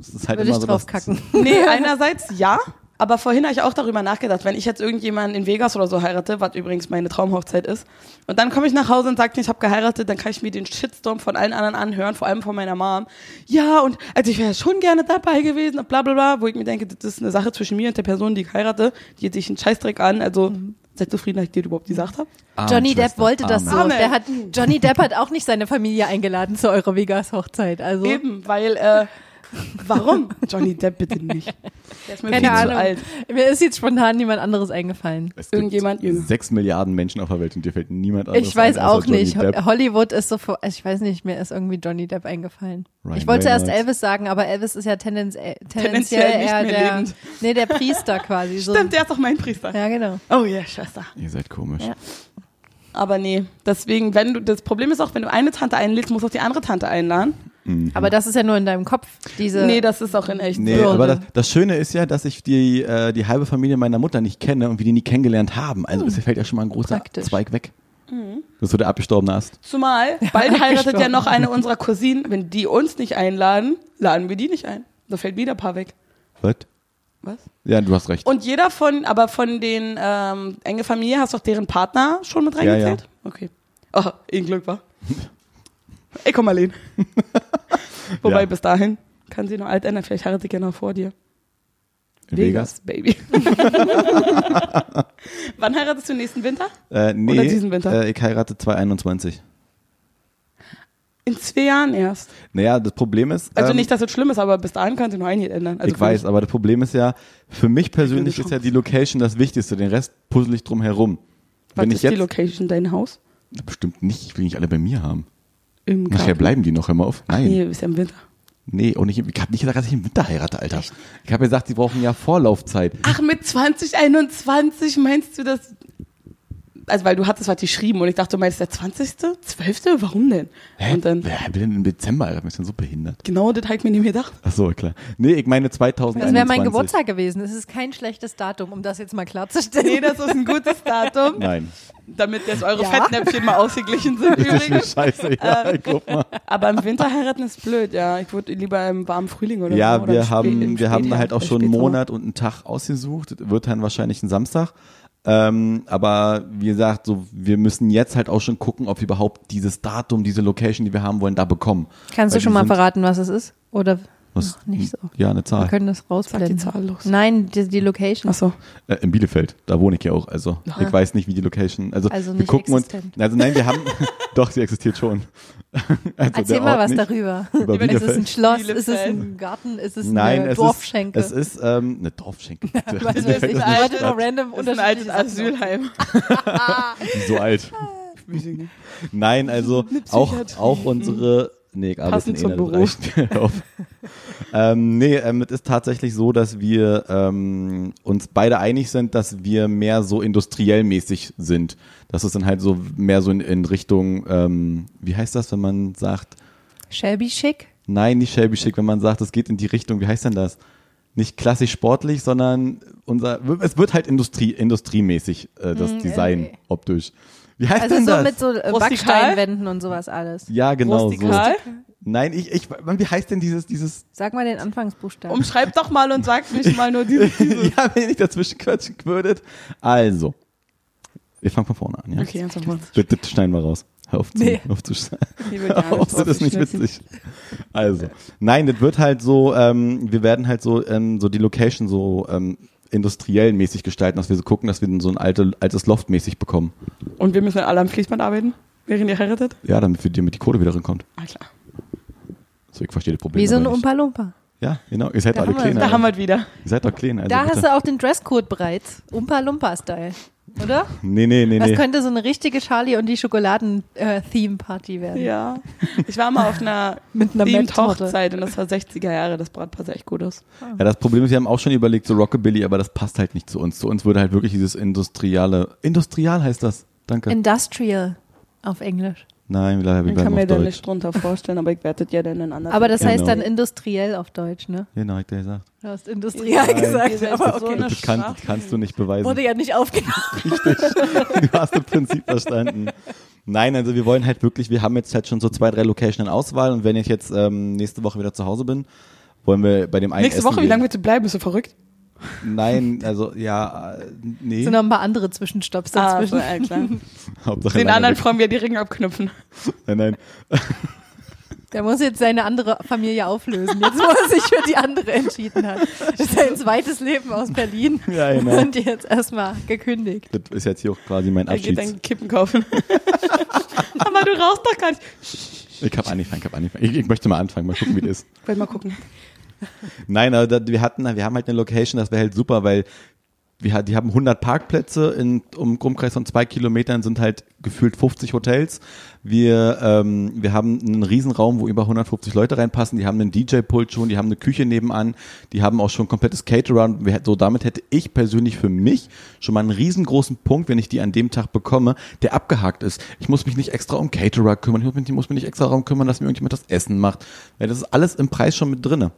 S3: es ist halt
S5: Würde
S3: immer
S5: ich
S3: so.
S5: drauf
S3: dass-
S5: kacken.
S4: Nee, einerseits ja, aber vorhin habe ich auch darüber nachgedacht, wenn ich jetzt irgendjemanden in Vegas oder so heirate, was übrigens meine Traumhochzeit ist, und dann komme ich nach Hause und sage, ich habe geheiratet, dann kann ich mir den Shitstorm von allen anderen anhören, vor allem von meiner Mom. Ja, und also ich wäre schon gerne dabei gewesen und bla bla bla, wo ich mir denke, das ist eine Sache zwischen mir und der Person, die ich heirate, die hat sich einen Scheißdreck an, also
S5: Mhm.
S4: seid zufrieden, dass ich dir überhaupt gesagt habe.
S3: Arme
S5: Johnny Depp
S3: Ah, Schwester,
S5: wollte das
S3: arme.
S5: so.
S4: Amen.
S5: Der hat, Johnny Depp hat auch nicht seine Familie eingeladen zu eurer Vegas-Hochzeit. Also
S4: Eben, weil, äh, warum? Johnny Depp bitte nicht. Der ist mir
S5: Keine
S4: viel
S5: Ahnung.
S4: zu alt.
S5: mir ist jetzt spontan niemand anderes eingefallen.
S3: Es
S4: Irgendjemand jünger.
S3: gibt sechs Milliarden Menschen auf der Welt und dir fällt niemand anderes
S5: Ich weiß
S3: ein, außer
S5: auch
S3: Johnny
S5: nicht.
S3: Depp.
S5: Hollywood ist so, vor- ich weiß nicht, mir ist irgendwie Johnny Depp eingefallen.
S3: Ryan
S5: ich wollte erst
S3: Reynolds.
S5: Elvis sagen, aber Elvis ist ja tendenz äh, tendenziell,
S4: Tendenziell nicht
S5: eher
S4: mehr
S5: der,
S4: lebend.
S5: nee, der Priester quasi. So.
S4: Stimmt, der ist doch mein Priester.
S5: Ja, genau.
S4: Oh ja, Schwester.
S3: Ihr seid komisch.
S4: Aber nee, deswegen, wenn du, das Problem ist auch, wenn du eine Tante einlädst, musst du auch die andere Tante einladen.
S3: Mhm.
S5: Aber das ist ja nur in deinem Kopf. Diese,
S4: Nee, das ist auch in echt.
S3: Nee,
S5: Würde.
S3: aber das, das Schöne ist ja, dass ich die, äh, die halbe Familie meiner Mutter nicht kenne und wir die nie kennengelernt haben.
S4: Hm.
S3: Also es fällt ja schon mal ein großer
S5: Praktisch.
S3: Zweig weg.
S4: Mhm.
S3: Das ist so der abgestorbene Ast.
S4: Zumal, bald heiratet ja
S5: gestorben.
S4: noch eine unserer Cousinen. Wenn die uns nicht einladen, laden wir die nicht ein. Da fällt wieder ein paar weg.
S3: Was?
S4: Was?
S3: Ja, du hast recht.
S4: Und jeder von, aber von den ähm, enge Familie hast doch deren Partner schon mit reingezählt?
S3: ja.
S4: Okay. Oh, eh Glück war. Ich komm mal hin. Wobei
S3: Ja.
S4: bis dahin kann sie noch alt ändern. Vielleicht heiratet sie ja noch vor dir.
S3: In Vegas?
S4: Baby. Wann heiratest du nächsten Winter?
S3: Äh, nee,
S4: Oder diesen Winter?
S3: Äh, ich heirate 221.
S4: In zwei Jahren erst.
S3: Naja, das Problem ist.
S4: Also
S3: ähm,
S4: nicht, dass es schlimm ist, aber bis dahin kannst du noch einiges ändern. Also
S3: ich weiß, aber das Problem ist ja, für mich persönlich
S4: Chance.
S3: ist ja die Location das Wichtigste. Den Rest puzzle ich drum herum.
S4: Was
S3: Wenn
S4: ist
S3: ich jetzt.
S4: die Location? Dein Haus?
S3: Na, Bestimmt nicht, ich will nicht alle bei mir haben.
S4: Im
S3: Nachher
S4: Garten.
S3: bleiben die noch immer auf. Nein.
S4: Nee, ist ja im Winter.
S3: Nee, und ich, ich habe nicht gesagt, dass ich im Winter heirate, Alter. Ich habe gesagt, sie brauchen ja Vorlaufzeit.
S4: Ach, mit 2021 meinst du das? Also, weil du hattest was geschrieben und ich dachte, du meinst der 20., 12.? Warum denn?
S3: Hä?
S4: Und dann,
S3: Wer will denn im Dezember heiraten? Ist denn so behindert?
S4: genau das habe ich mir nicht gedacht.
S3: Ach so, klar. Nee, ich meine 2021.
S5: Das wäre mein Geburtstag gewesen. Es ist kein schlechtes Datum, um das jetzt mal klarzustellen.
S4: Nee, das ist ein gutes Datum,
S3: Nein.
S4: damit jetzt eure Fettnäpfchen mal ausgeglichen sind
S3: Das ist mir
S4: übrigens.
S5: Äh,
S3: scheiße. Ja, guck mal.
S4: Aber im Winter heiraten ist blöd, ja. Ich würde lieber im warmen Frühling oder so.
S3: Ja,
S4: oder im
S3: wir
S4: Spä- im
S3: haben, wir haben
S4: Spätherbst
S3: halt auch
S4: oder
S3: schon einen
S4: Spätsommer.
S3: Monat und einen Tag ausgesucht. Das Wird dann wahrscheinlich ein Samstag. Ähm, aber wie gesagt, so, wir müssen jetzt halt auch schon gucken, ob wir überhaupt dieses Datum, diese Location, die wir haben wollen, da bekommen.
S5: Kannst
S3: Weil
S5: du schon
S3: die
S5: mal
S3: sind-
S5: verraten, was es ist? Oder
S3: Was, Ah.
S5: Ach, nicht so.
S3: Ja, eine
S5: Wir
S3: Zahl.
S5: können das
S4: Sag die
S5: rausblenden.
S4: Zahl los.
S5: Nein, die, die Location.
S4: Achso.
S3: Äh, in Bielefeld, da wohne ich ja auch. Also ich weiß nicht, wie die Location. Also,
S5: Also
S3: wir
S5: nicht
S3: gucken
S5: existent.
S3: uns. Also nein, wir haben. doch, sie existiert schon. Also
S5: Erzähl
S3: der
S5: mal
S3: Ort
S5: was
S3: nicht.
S5: darüber.
S3: Über
S5: ist es ein
S3: Bielefeld.
S5: Schloss? Ist es
S4: Bielefeld.
S5: ein Garten? Ist es
S3: Nein,
S5: eine
S3: es
S5: Dorfschenke?
S3: ist, es ist ähm, eine Dorfschenke.
S5: Weißt du,
S3: Bielefeld
S5: es
S3: ist
S5: ist
S3: eine
S5: Leute
S3: Stadt.
S5: random
S4: Ist ein altes
S5: unterschiedliche Sachen.
S4: Asylheim.
S3: so alt. Nein, also auch, auch unsere. Nee, aber
S4: Passend zum
S3: das
S4: Beruf.
S3: reicht mir auf. ähm, nee, ähm, es ist tatsächlich so, dass wir ähm, uns beide einig sind, dass wir mehr so industriell mäßig sind. Dass es dann halt so mehr so in, in Richtung, ähm, wie heißt das, wenn man sagt,
S5: Shelby Chic?
S3: nein, nicht Shelby Schick, wenn man sagt, es geht in die Richtung, wie heißt denn das? Nicht klassisch sportlich, sondern unser, es wird halt Industrie, industriemäßig äh, das Design
S5: okay.
S3: optisch. Wie heißt
S5: Mhm, Also
S3: denn
S5: so
S3: das?
S5: mit so äh,
S4: Rustikal?
S5: Backsteinwänden und sowas alles.
S3: Ja, genau so.
S4: Rustikal?
S3: Nein, ich, ich, Mann, wie heißt denn dieses, dieses,
S5: Sag mal den Anfangsbuchstaben.
S4: Umschreib doch mal und sag nicht mal nur dieses.
S3: ja, wenn ihr nicht dazwischen quatschen würdet. Also. Wir fangen von vorne an, ja?
S4: Okay, also ganz nochmal.
S3: Das, das schneiden wir raus. Hör auf zu,
S2: Nee.
S3: hör auf zu sch-
S4: Die wird ja
S3: hör auf, das
S4: alles
S3: ist nicht
S4: draufgeschnitten.
S3: witzig. Also, nein, das wird halt so, ähm, wir werden halt so, ähm, so die Location so, ähm, industriell mäßig gestalten, dass wir so gucken, dass wir so ein alte, altes Loft mäßig bekommen.
S4: Und wir müssen alle am Fließband arbeiten, während ihr heiratet?
S3: Ja, damit wir dir mit die Kohle wieder reinkommt.
S4: Ah, klar.
S3: So, ich verstehe das Problem.
S5: Wie so ein
S3: aber nicht.
S5: Umpa-Lumpa.
S3: Ja, genau. Ihr seid
S5: Da
S3: alle
S5: haben wir-
S3: klein.
S4: Da haben
S3: Alter.
S4: wir es wieder.
S3: Ihr seid doch klein. Also
S5: Da
S3: bitte.
S5: hast du auch den Dresscode bereits. Umpa-Lumpa-Style. Oder?
S3: Nee, nee, nee,
S5: Das
S3: nee.
S5: könnte so eine richtige Charlie und die Schokoladen-Theme-Party werden.
S4: Ja. Ich war mal auf einer
S5: Mit einer
S4: themed
S5: Mett-Torte.
S4: Hochzeit und das war 60er Jahre. Das Brautpaar sah echt gut aus.
S3: Ja, das Problem ist, wir haben auch schon überlegt, so Rockabilly, aber das passt halt nicht zu uns. Zu uns würde halt wirklich dieses industriale, industrial heißt das. Danke.
S5: Industrial auf Englisch.
S3: Nein, leider, wir
S4: Ich kann
S3: bleiben
S4: mir
S3: auf
S4: da
S3: Deutsch.
S4: nicht drunter vorstellen, aber ich werde das ja dann in anderen.
S5: Aber das
S3: Genau.
S5: heißt dann industriell auf Deutsch, ne?
S3: Genau, ich dir gesagt.
S5: Du hast industriell
S3: Nein.
S5: gesagt, aber
S4: so
S5: okay.
S4: eine
S3: Das kann, das
S4: Schwachsinn.
S3: kannst du nicht beweisen.
S5: Wurde ja nicht aufgenommen.
S3: Du hast das Prinzip verstanden. Nein, also wir wollen halt wirklich, wir haben jetzt halt schon so zwei, drei Locations in Auswahl und wenn ich jetzt ähm, nächste Woche wieder zu Hause bin, wollen wir bei dem einen
S4: Nächste
S3: essen
S4: Woche, wie
S3: gehen.
S4: lange willst du bleiben? Bist du verrückt?
S3: Nein, also ja, äh, nee.
S5: Sind noch ein paar andere Zwischenstopps dazwischen.
S4: Ah, so, klar.
S3: Hauptsache
S4: Den
S3: lange
S4: anderen
S3: weg.
S4: Frauen wir die Ringe abknüpfen.
S3: Nein, nein.
S5: Der muss jetzt seine andere Familie auflösen, jetzt wo er sich für die andere entschieden hat. Sein zweites Leben aus Berlin
S3: Ja, genau.
S5: und jetzt erstmal gekündigt.
S3: Das ist jetzt hier auch quasi mein
S4: Er geht
S3: Abschied.
S4: dann Kippen kaufen. aber du rauchst doch gar nicht.
S3: Ich hab angefangen, ich hab angefangen. Ich, ich möchte mal anfangen, mal gucken, wie das ist.
S4: Wollen mal gucken.
S3: Nein, aber da, wir hatten, wir haben halt eine Location, das wäre halt super, weil wir, hat- die haben 100 Parkplätze in um Umkreis von zwei Kilometern sind halt gefühlt 50 Hotels. Wir, ähm, wir haben einen Riesenraum, wo über 150 Leute reinpassen. Die haben einen DJ-Pult schon, die haben eine Küche nebenan, die haben auch schon komplettes Cateround. Wir, hätt- so damit hätte ich persönlich für mich schon mal einen riesengroßen Punkt, wenn ich die an dem Tag bekomme, der abgehakt ist. Ich muss mich nicht extra um Caterer kümmern, ich muss mich, muss mich nicht extra darum kümmern, dass mir irgendjemand das Essen macht. Weil das ist alles im Preis schon mit drinne.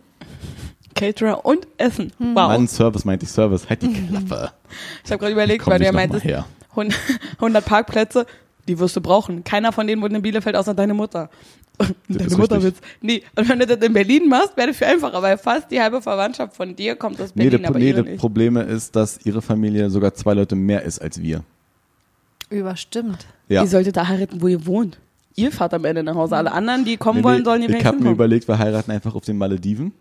S4: Caterer und Essen. Wow.
S3: Mann, Service meinte ich Service. Halt die Klappe.
S4: Mhm. Ich habe gerade überlegt,
S3: Komm
S4: weil du ja
S3: nicht noch
S4: meintest,
S3: mal her.
S4: 100 100 Parkplätze, die wirst du brauchen. Keiner von denen wohnt in Bielefeld, außer deine Mutter. Deine
S3: ist
S4: Mutter
S3: richtig.
S4: wird's. Nee, und wenn du das in Berlin machst, wäre das viel einfacher, weil fast die halbe Verwandtschaft von dir kommt aus
S3: Nee,
S4: Berlin,
S3: das,
S4: aber
S3: nee,
S4: ihre
S3: das
S4: nicht.
S3: Problem ist, dass ihre Familie sogar zwei Leute mehr ist als wir.
S5: Überstimmt.
S3: Ja.
S4: Ihr solltet da heiraten, wo ihr wohnt. Ihr fahrt am Ende nach Hause. Alle anderen, die kommen
S3: Nee,
S4: wollen,
S3: nee,
S4: sollen hier
S3: ich habe
S4: wenigstens
S3: mir
S4: kommen.
S3: überlegt, wir heiraten einfach auf den Malediven.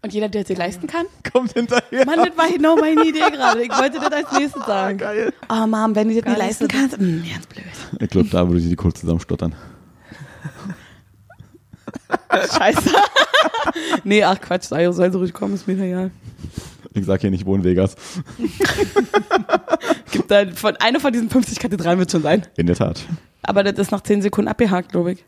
S4: Und jeder, der es sich leisten kann?
S3: Kommt hinterher.
S4: Mann, das war genau meine Idee gerade. Ich wollte das als nächstes sagen.
S3: Geil.
S4: Oh Mom, wenn du das
S5: Gar nicht
S4: nicht leisten
S5: so-
S4: kannst, mh, ganz blöd.
S3: Ich glaube, da würde sie die Kohle zusammenstottern.
S4: Scheiße. nee, ach Quatsch, sei soll so ruhig kommen, ist mir egal.
S3: Ich sag hier nicht, wo in Vegas.
S4: Gibt da von eine von diesen 50 Kathedralen wird schon sein.
S3: In der Tat.
S4: Aber das ist nach 10 Sekunden abgehakt, glaube ich.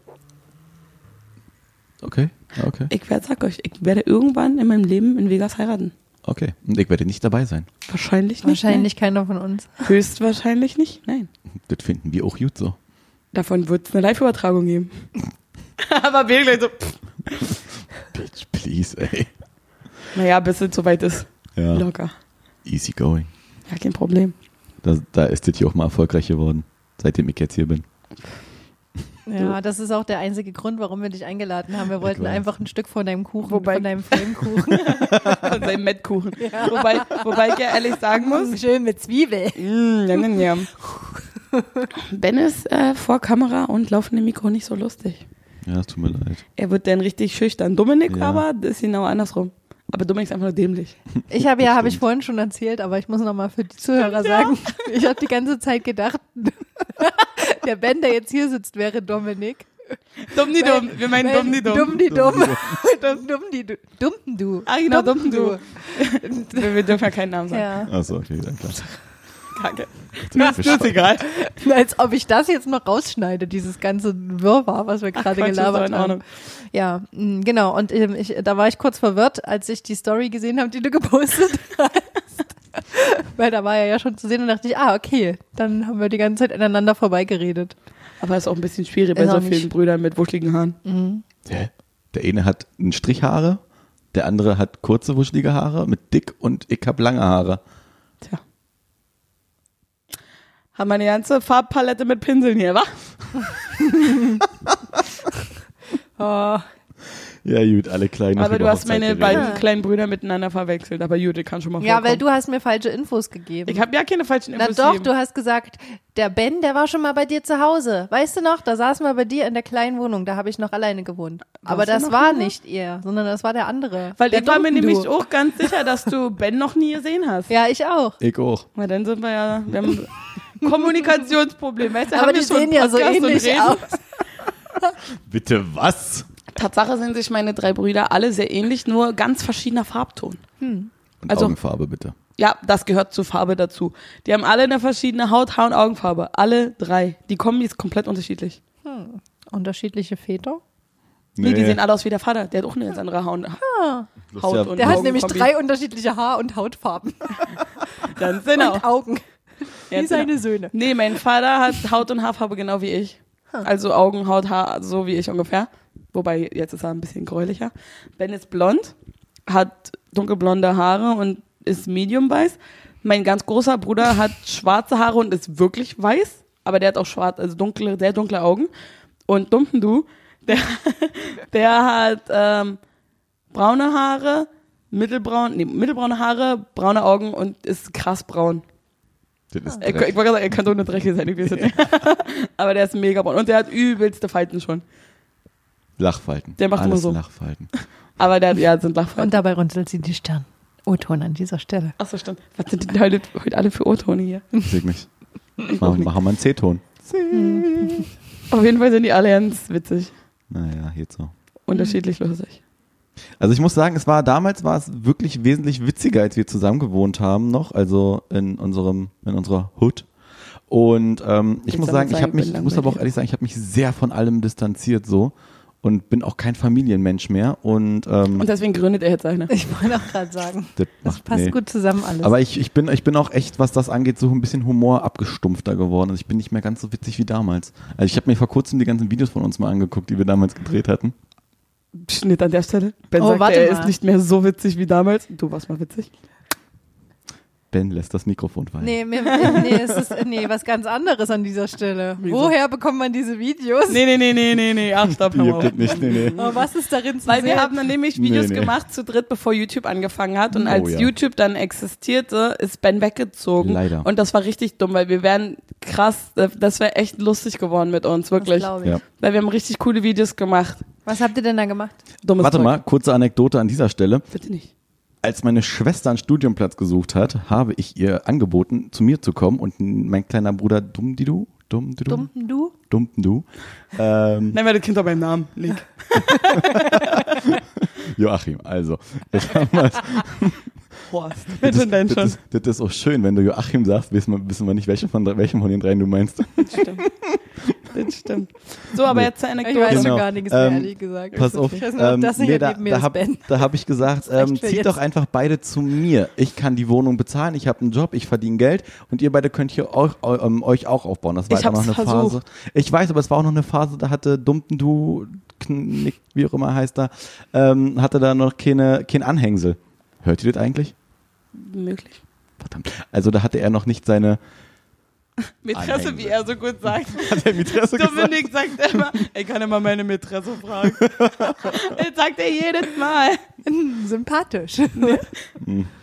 S3: Okay, okay,
S4: Ich werde, sag euch, ich werde irgendwann in meinem Leben in Vegas heiraten.
S3: okay. Und ich werde nicht dabei sein.
S4: Wahrscheinlich nicht.
S5: Wahrscheinlich keiner von uns.
S4: Nein. Höchstwahrscheinlich nicht. Nein.
S3: Das finden wir auch gut so.
S4: Davon wird es eine Live-Übertragung geben. Aber wir gleich so, pff,
S3: Bitch, please, ey.
S4: naja, bis es soweit ist.
S3: Ja,
S4: Locker.
S3: easy going.
S4: Ja, kein Problem.
S3: Da, da ist das hier auch mal erfolgreich geworden, seitdem ich jetzt hier bin.
S5: Ja, das ist auch der einzige Grund, warum wir dich eingeladen haben. Wir wollten
S3: weiß.
S5: einfach ein Stück von deinem Kuchen,
S4: Wobei-
S5: von deinem Filmkuchen.
S4: Von seinem Mettkuchen. Wobei, wobei ich ja ehrlich sagen muss,
S5: Schön mit Zwiebel.
S4: Mm, ja, ja, ja. Ben ist äh, vor Kamera und laufendem Mikro nicht so lustig.
S3: Ja, tut mir leid.
S4: Er wird dann richtig schüchtern. Dominik
S3: Ja.
S4: aber, das ist genau andersrum. Aber Dominik ist einfach nur dämlich.
S5: Ich habe ja, habe ich vorhin schon erzählt, aber ich muss noch mal für die Zuhörer sagen, ich habe die ganze Zeit gedacht, der Ben, der jetzt hier sitzt, wäre Dominik.
S4: Dummdi-dumm. Wir meinen Dummdi-dumm.
S5: Dumm-di-dumm. Dumm-di-dumm. Dumm-du.
S4: Ah, genau, Dummdu. Wir wir dürfen ja keinen Namen sagen.
S5: Ja.
S3: Achso, okay, dann klar.
S4: Kacke. Das ist egal.
S5: Als ob ich das jetzt noch rausschneide, dieses ganze Wirrwarr, was wir gerade
S4: Quatsch, ist doch
S5: gelabert
S4: in
S5: haben.
S4: Ordnung.
S5: Ja, mh, genau. Und ähm, ich, da war ich kurz verwirrt, als ich die Story gesehen habe, die du gepostet hast. Weil da war er ja schon zu sehen und dachte ich, ah, okay, dann haben wir die ganze Zeit aneinander vorbeigeredet.
S4: Aber ist auch Mhm. ein bisschen schwierig bei
S5: Ist
S4: so
S5: auch nicht-
S4: vielen Brüdern mit wuscheligen Haaren.
S3: Hä? Der eine hat einen Strichhaare, der andere hat kurze, wuschelige Haare mit dick und ich hab lange Haare.
S4: Tja. Haben wir eine ganze Farbpalette mit Pinseln hier, wa? Oh.
S3: Ja, gut, alle kleinen.
S4: Aber du hast meine beiden kleinen Brüder miteinander verwechselt. Aber Jude kann schon mal
S5: Ah. Ja, weil
S4: vorkommen.
S5: du hast mir falsche Infos gegeben.
S4: Ich habe ja keine falschen
S5: Na
S4: Infos.
S5: doch,
S4: gegeben.
S5: du hast gesagt, der Ben, der war schon mal bei dir zu Hause. Weißt du noch, da saßen wir bei dir in der kleinen Wohnung, da habe ich noch alleine gewohnt. Aber
S4: du
S5: das
S4: noch
S5: war nicht er, sondern das war der andere.
S4: Weil
S5: der
S4: ich war mir
S5: Dumpendu.
S4: nämlich auch ganz sicher, dass du Ben noch nie gesehen hast.
S5: Ja, ich auch.
S3: Ich auch.
S4: Na, dann sind wir ja, wir haben Kommunikationsproblem. Weißt du,
S5: Aber
S4: haben
S5: die
S4: wir schon
S5: sehen ja so
S4: Podcast und
S5: ähnlich
S4: reden?
S5: aus.
S3: Bitte was?
S4: Tatsache sind sich meine drei Brüder alle sehr ähnlich, nur ganz verschiedener Farbton.
S3: Und
S4: Also-
S3: Augenfarbe bitte.
S4: Ja, das gehört zur Farbe dazu. Die haben alle eine verschiedene Haut, Haar und Augenfarbe. Alle drei. Die Kombi ist komplett unterschiedlich.
S5: Unterschiedliche Väter?
S4: Nee, die sehen alle aus wie der Vater. Der hat auch eine ganz andere Haar und
S3: Das
S4: Haut
S3: ist ja-
S4: und
S5: Ah. Der hat
S4: Augenkombi.
S5: nämlich drei unterschiedliche Haar- und Hautfarben
S4: Ganz genau.
S5: und Augen, wie
S4: Ganz
S5: seine
S4: genau.
S5: Söhne.
S4: Nee, mein Vater hat Haut und Haarfarbe genau wie ich. Also Augen, Haut, Haar, so wie ich ungefähr. Wobei, jetzt ist er ein bisschen gräulicher. Ben ist blond, hat dunkelblonde Haare und ist medium weiß. Mein ganz großer Bruder hat schwarze Haare und ist wirklich weiß. Aber der hat auch schwarz, also dunkle, sehr dunkle Augen. Und Dumpendu, der, der hat ähm, braune Haare, mittelbraun, nee, mittelbraune Haare, braune Augen und ist krass braun.
S3: Das ist
S4: Ich, ich wollte gerade sagen, er kann doch nur dreckig sein, ich weiß es nicht. Aber der ist mega braun. Und der hat übelste Falten schon.
S3: Lachfalten.
S4: Der macht
S3: Alles
S4: immer so.
S3: Lachfalten.
S4: Aber der hat, ja, sind Lachfalten.
S5: dabei runzelt sie die Stirn. O-Ton an dieser Stelle.
S4: Achso, stimmt. Was sind denn heute, heute alle für O-Tone hier?
S3: Sieht mich. Machen, machen wir einen C-Ton.
S4: Mhm. Auf jeden Fall sind die alle ganz witzig.
S3: Naja, geht so.
S4: Unterschiedlich lustig.
S3: Also ich muss sagen, es war damals war es wirklich wesentlich witziger, als wir zusammen gewohnt haben noch, also in unserem in unserer Hood. Und ähm, ich
S4: Willst
S3: muss
S4: damit
S3: sagen, ich
S4: sagen,
S3: habe
S4: ich
S3: mich,
S4: bin
S3: ich muss aber auch
S4: langweilig?
S3: ehrlich sagen, ich habe mich sehr von allem distanziert so und bin auch kein Familienmensch mehr und, ähm,
S4: Und deswegen gründet er jetzt seine.
S5: Ich wollte auch gerade sagen,
S3: das
S5: das
S3: macht-
S5: passt
S3: nee.
S5: gut zusammen alles.
S3: Aber ich, ich bin ich bin auch echt, was das angeht, so ein bisschen Humor abgestumpfter geworden. Also ich bin nicht mehr ganz so witzig wie damals. Also ich habe mir vor kurzem die ganzen Videos von uns mal angeguckt, die wir damals gedreht hatten.
S4: Schnitt an der Stelle. Ben
S5: Oh,
S4: sagt,
S5: warte
S4: er
S5: mal.
S4: ist nicht mehr so witzig wie damals. Du warst mal witzig.
S3: Ben lässt das Mikrofon fallen.
S5: Nee, mir, nee, es ist nee, was ganz anderes an dieser Stelle. Woher bekommt man diese Videos?
S4: Nee, nee, nee, nee, nee, nee. Ach, stopp, hör
S3: Ihr
S4: mal auf.
S3: habt das nicht, nee, nee.
S5: Oh, was ist darin zu
S4: Weil wir
S5: sehen?
S4: haben dann nämlich Videos
S3: Nee, nee.
S4: gemacht zu dritt, bevor YouTube angefangen hat. Und
S3: Oh,
S4: als
S3: ja.
S4: YouTube dann existierte, ist Ben weggezogen.
S3: Leider.
S4: Und das war richtig dumm, weil wir wären krass, äh, das wäre echt lustig geworden mit uns,
S5: Das
S4: wirklich.
S5: glaub ich.
S3: Ja.
S4: Weil wir haben richtig coole Videos gemacht.
S5: Was habt ihr denn da gemacht?
S4: Dummes
S3: Warte
S4: Zeug.
S3: mal, kurze Anekdote an dieser Stelle.
S4: Bitte nicht.
S3: Als meine Schwester einen Studienplatz gesucht hat, habe ich ihr angeboten, zu mir zu kommen und n- mein kleiner Bruder Dummdidu, Dummdidu,
S5: Dumpen du?
S3: Dummdidu, ähm,
S4: Nennen wir das Kind doch beim Namen. Link.
S3: Joachim, also.
S4: Horst.
S3: Das,
S4: Wer denn denn
S3: das,
S4: schon?
S3: ist, das ist auch schön, wenn du Joachim sagst, wissen wir, wissen wir nicht, welchen von, welchen von den dreien du meinst.
S4: Das stimmt. Das stimmt. So, aber
S3: Nee.
S4: jetzt zur
S5: Ich weiß
S4: Anekdote.
S3: Genau.
S5: schon gar nichts mehr,
S3: Ähm,
S5: ehrlich gesagt.
S3: Pass auf,
S5: Ich weiß nur,
S3: ähm,
S5: dass ich
S3: nee,
S5: halt
S3: da,
S5: neben mir
S3: da
S5: ist
S3: habe
S5: Ben.
S3: hab ich gesagt,
S5: reicht
S3: ähm,
S5: für
S3: zieht
S5: jetzt.
S3: doch einfach beide zu mir. Ich kann die Wohnung bezahlen, ich habe einen Job, ich verdiene Geld und ihr beide könnt hier euch, eu- ähm, euch auch aufbauen. Das war
S4: Ich
S3: einfach noch
S4: hab's
S3: eine Phase.
S4: versucht.
S3: Ich weiß, aber es war auch noch eine Phase, da hatte Dumpen du, Knick, wie auch immer heißt er, ähm, hatte da noch keine, kein Anhängsel. Hört ihr das eigentlich? Genau.
S4: Möglich.
S3: Verdammt. Also da hatte er noch nicht seine
S4: Mätresse,
S3: Anhängsel.
S4: wie er so gut sagt.
S3: hat er Mätresse gesagt?
S4: Dominik sagt immer, ich kann immer meine Mätresse fragen. das sagt er jedes Mal.
S5: Hm, Sympathisch.
S4: Er,